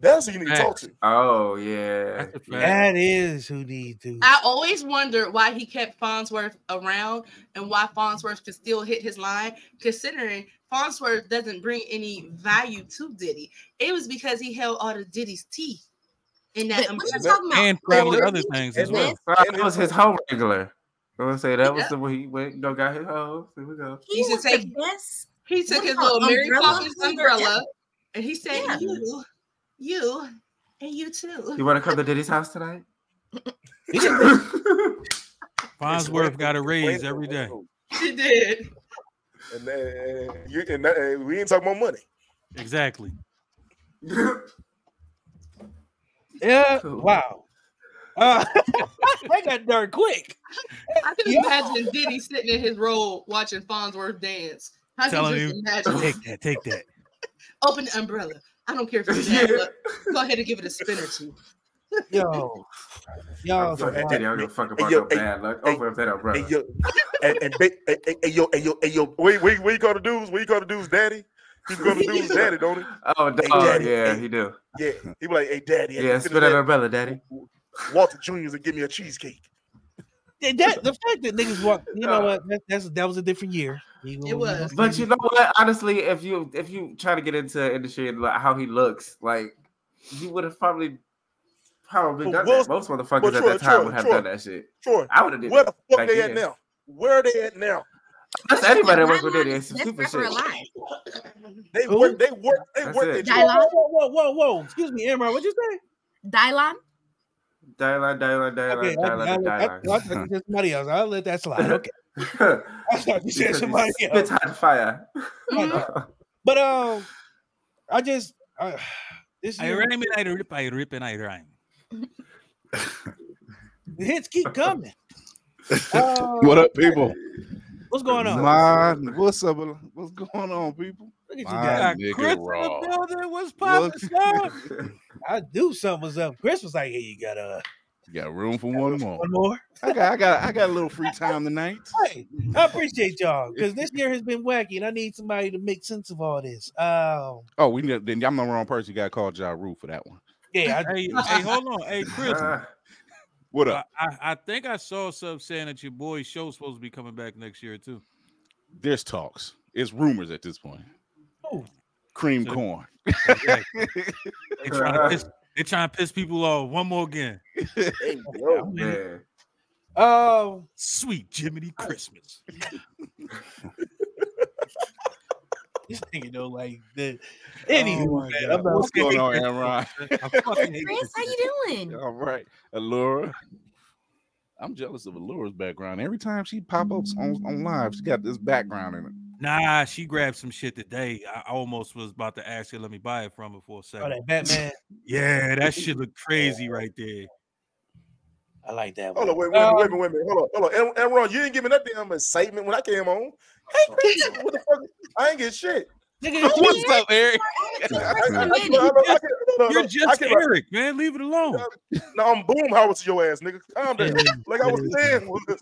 That's who you need to talk to.
oh, yeah.
That's a fact.
yeah.
that is who need to.
I always wondered why he kept Farnsworth around and why Farnsworth could still hit his line, considering Farnsworth doesn't bring any value to Diddy. It was because he held all the Diddy's tea in that.
But we're
umbrella.
not talking about
And probably
Farnsworth.
other things as
And
well.
then,
Well,
and
that was
then,
his whole regular. I'm gonna say that was the way he went, no, got his hoes. Here we go.
He
You should
was
say-
the best.
He took
What
his
about
little Mary
umbrella
Poppins
under-
umbrella and he said,
Yeah.
You, you, and you too.
You wanna come to Diddy's house tonight?
He didn't-
Farnsworth got a raise
Wayne-
every day.
She did.
And, and, and, you, and, that- and we ain't talking about money.
Exactly.
yeah.
Cool.
Wow. Uh, they got dark quick.
I can
Yeah.
imagine Diddy sitting in his robe watching Farnsworth dance. I can
Telling
just
him-
imagine.
Take that. Take that.
Open the umbrella. I don't care if it's
Yeah.
bad luck. Go ahead and give it a spin or two.
Yo, yo.
I'm sorry, that Diddy, I don't give a fuck about
yo,
no
Oh, hey,
bad luck.
hey,
Open up that umbrella.
And yo, and, and, ba- and, and, and yo, and yo, and yo, wait, wait, what you call the dudes? What you call the dudes, daddy? He go to dude's daddy, don't he?
Oh,
Hey,
dog,
daddy,
yeah,
hey.
he do.
Yeah, he be like, "Hey, daddy, I
Yeah,
can
spit
finish
out
that
umbrella, daddy.
Walter Junior's and give me a cheesecake."
That, that- the fact that niggas walk, you know what? That, that's that was a different year. You know,
It was.
But you know what? Honestly, if you if you try to get into industry and like how he looks, like you would have probably probably
But
done
Will's-
that. Most
but
motherfuckers at
Troy,
that time
Troy,
would have
Troy,
done that shit.
Troy,
I would have did
where
that.
the fuck
back
they at
then.
now? Where they at now?
That's anybody that works with
Nylon
it.
is
It's
the best
stupid
rapper
shit.
alive.
They
Who?
work. They work. They
That's
work. at
it.
you.
Dylon,
Whoa, whoa, whoa, whoa, whoa! Excuse me, Amron, what'd you say?
Dylon,
Dialogue, dialogue,
Okay,
dialogue,
I, I, I, I,
dialogue,
I thought you said somebody else. I'll let that slide. Okay,
dialogue.
I thought you said
Because he
somebody
spits
else.
hot fire.
Mm-hmm.
But um, I just uh, this
I
year,
rhyme and I rip, I rip and I rhyme.
the hits keep coming. Uh,
Oh,
What up, people?
What's going on?
My, what's up? What's going on, people?
Look at you
my-
guys.
That nigga
Chris in
raw.
the building was popping stuff.
I do something was up. Chris was like, "Hey, you got uh,
You got room for one more.
one more."
I got, I got, I got a little free time tonight.
Hey, I appreciate y'all because this year has been wacky, and I need somebody to make sense of all this. Um,
Oh, we need, then I'm the wrong person. You got to call Ja Rule for that one.
yeah, I,
hey, hey, hold on. Hey, Chris,
Uh,
What
I,
up?
I, I think I saw some saying that your boy show's supposed to be coming back next year too.
There's talks. It's rumors at this point.
Oh.
Cream
So-
corn.
They trying to piss, they trying to piss people off one more again.
Hey, yo,
I'm in it.
man.
Um,
Sweet Jiminy Christmas.
this nigga though, like the anywho,
Oh my
man,
God.
I'm not-
What's going on,
Fucking
Amron?
I fucking hate
Chris,
this
how
shit.
you doing?
All right, Allura. I'm jealous of Allura's background. Every time she pop ups on, on live, she got this background in it.
Nah, she grabbed some shit today. I I almost was about to ask her, let me buy it from her for a
oh,
second.
that Batman.
Yeah, that shit looked crazy right there.
I like that
Hold
one.
on, wait, wait, a minute, wait, a minute, wait, a minute. hold on, hold on. And, and Ron, you didn't give me that damn excitement when I came on. Hey, Chris, what the fuck? I ain't get shit.
Oh.
Nigga,
Who
What's
is
up, Eric?
Chris
I, I, I,
Dominic?
can- I, I, can- no, no,
You're
no, I
just
can,
Eric, man. Leave it alone.
No, I'm boom Howard to your ass, nigga. Calm down.
Yeah.
Like I was saying, was-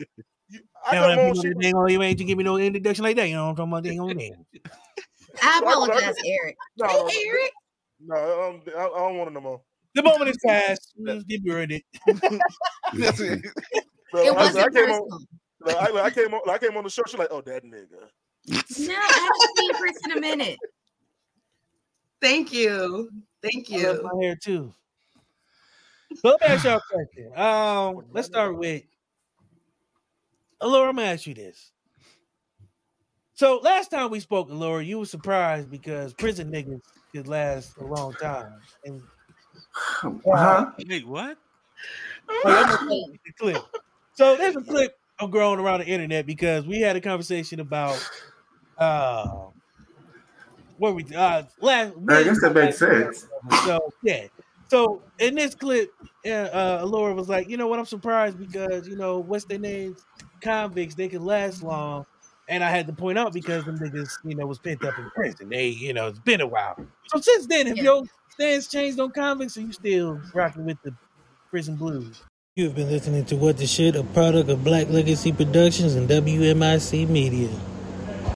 you, I
Now,
come
them
on
people
shit.
that dang on you ain't to give me no introduction like that. You know what I'm talking about? Dang on name.
I apologize, Eric.
No,
Hey,
no,
Eric.
no, I don't- I, I don't want it no more.
The moment is past. Let's get rid of it.
That's it.
No,
It
I, I
wasn't
came on.
personal.
Like, I, like, I came on. Like, I came on the show. She's like, "Oh, that nigga."
No, I haven't seen Chris in a minute.
Thank you. Thank
I love
you.
my hair too. So let me ask y'all a question. Um, let's start with Laura. I'm gonna ask you this. So last time we spoke, Laura, you were surprised because prison niggas could last a long time. And
Huh?
Wait, what?
the clip. So there's a clip of growing around the internet because we had a conversation about uh where we uh last
I guess that makes sense.
So yeah. So in this clip, uh, uh Laura was like, you know what, I'm surprised because you know, what's their names? Convicts, they can last long. And I had to point out because them niggas, you know, was pent up in prison. They, you know, it's been a while. So since then, have
Yeah.
your stance changed on convicts? Or you still rocking with the prison blues?
You've been listening to What the Shit, a product of Black Legacy Productions and WMIC Media.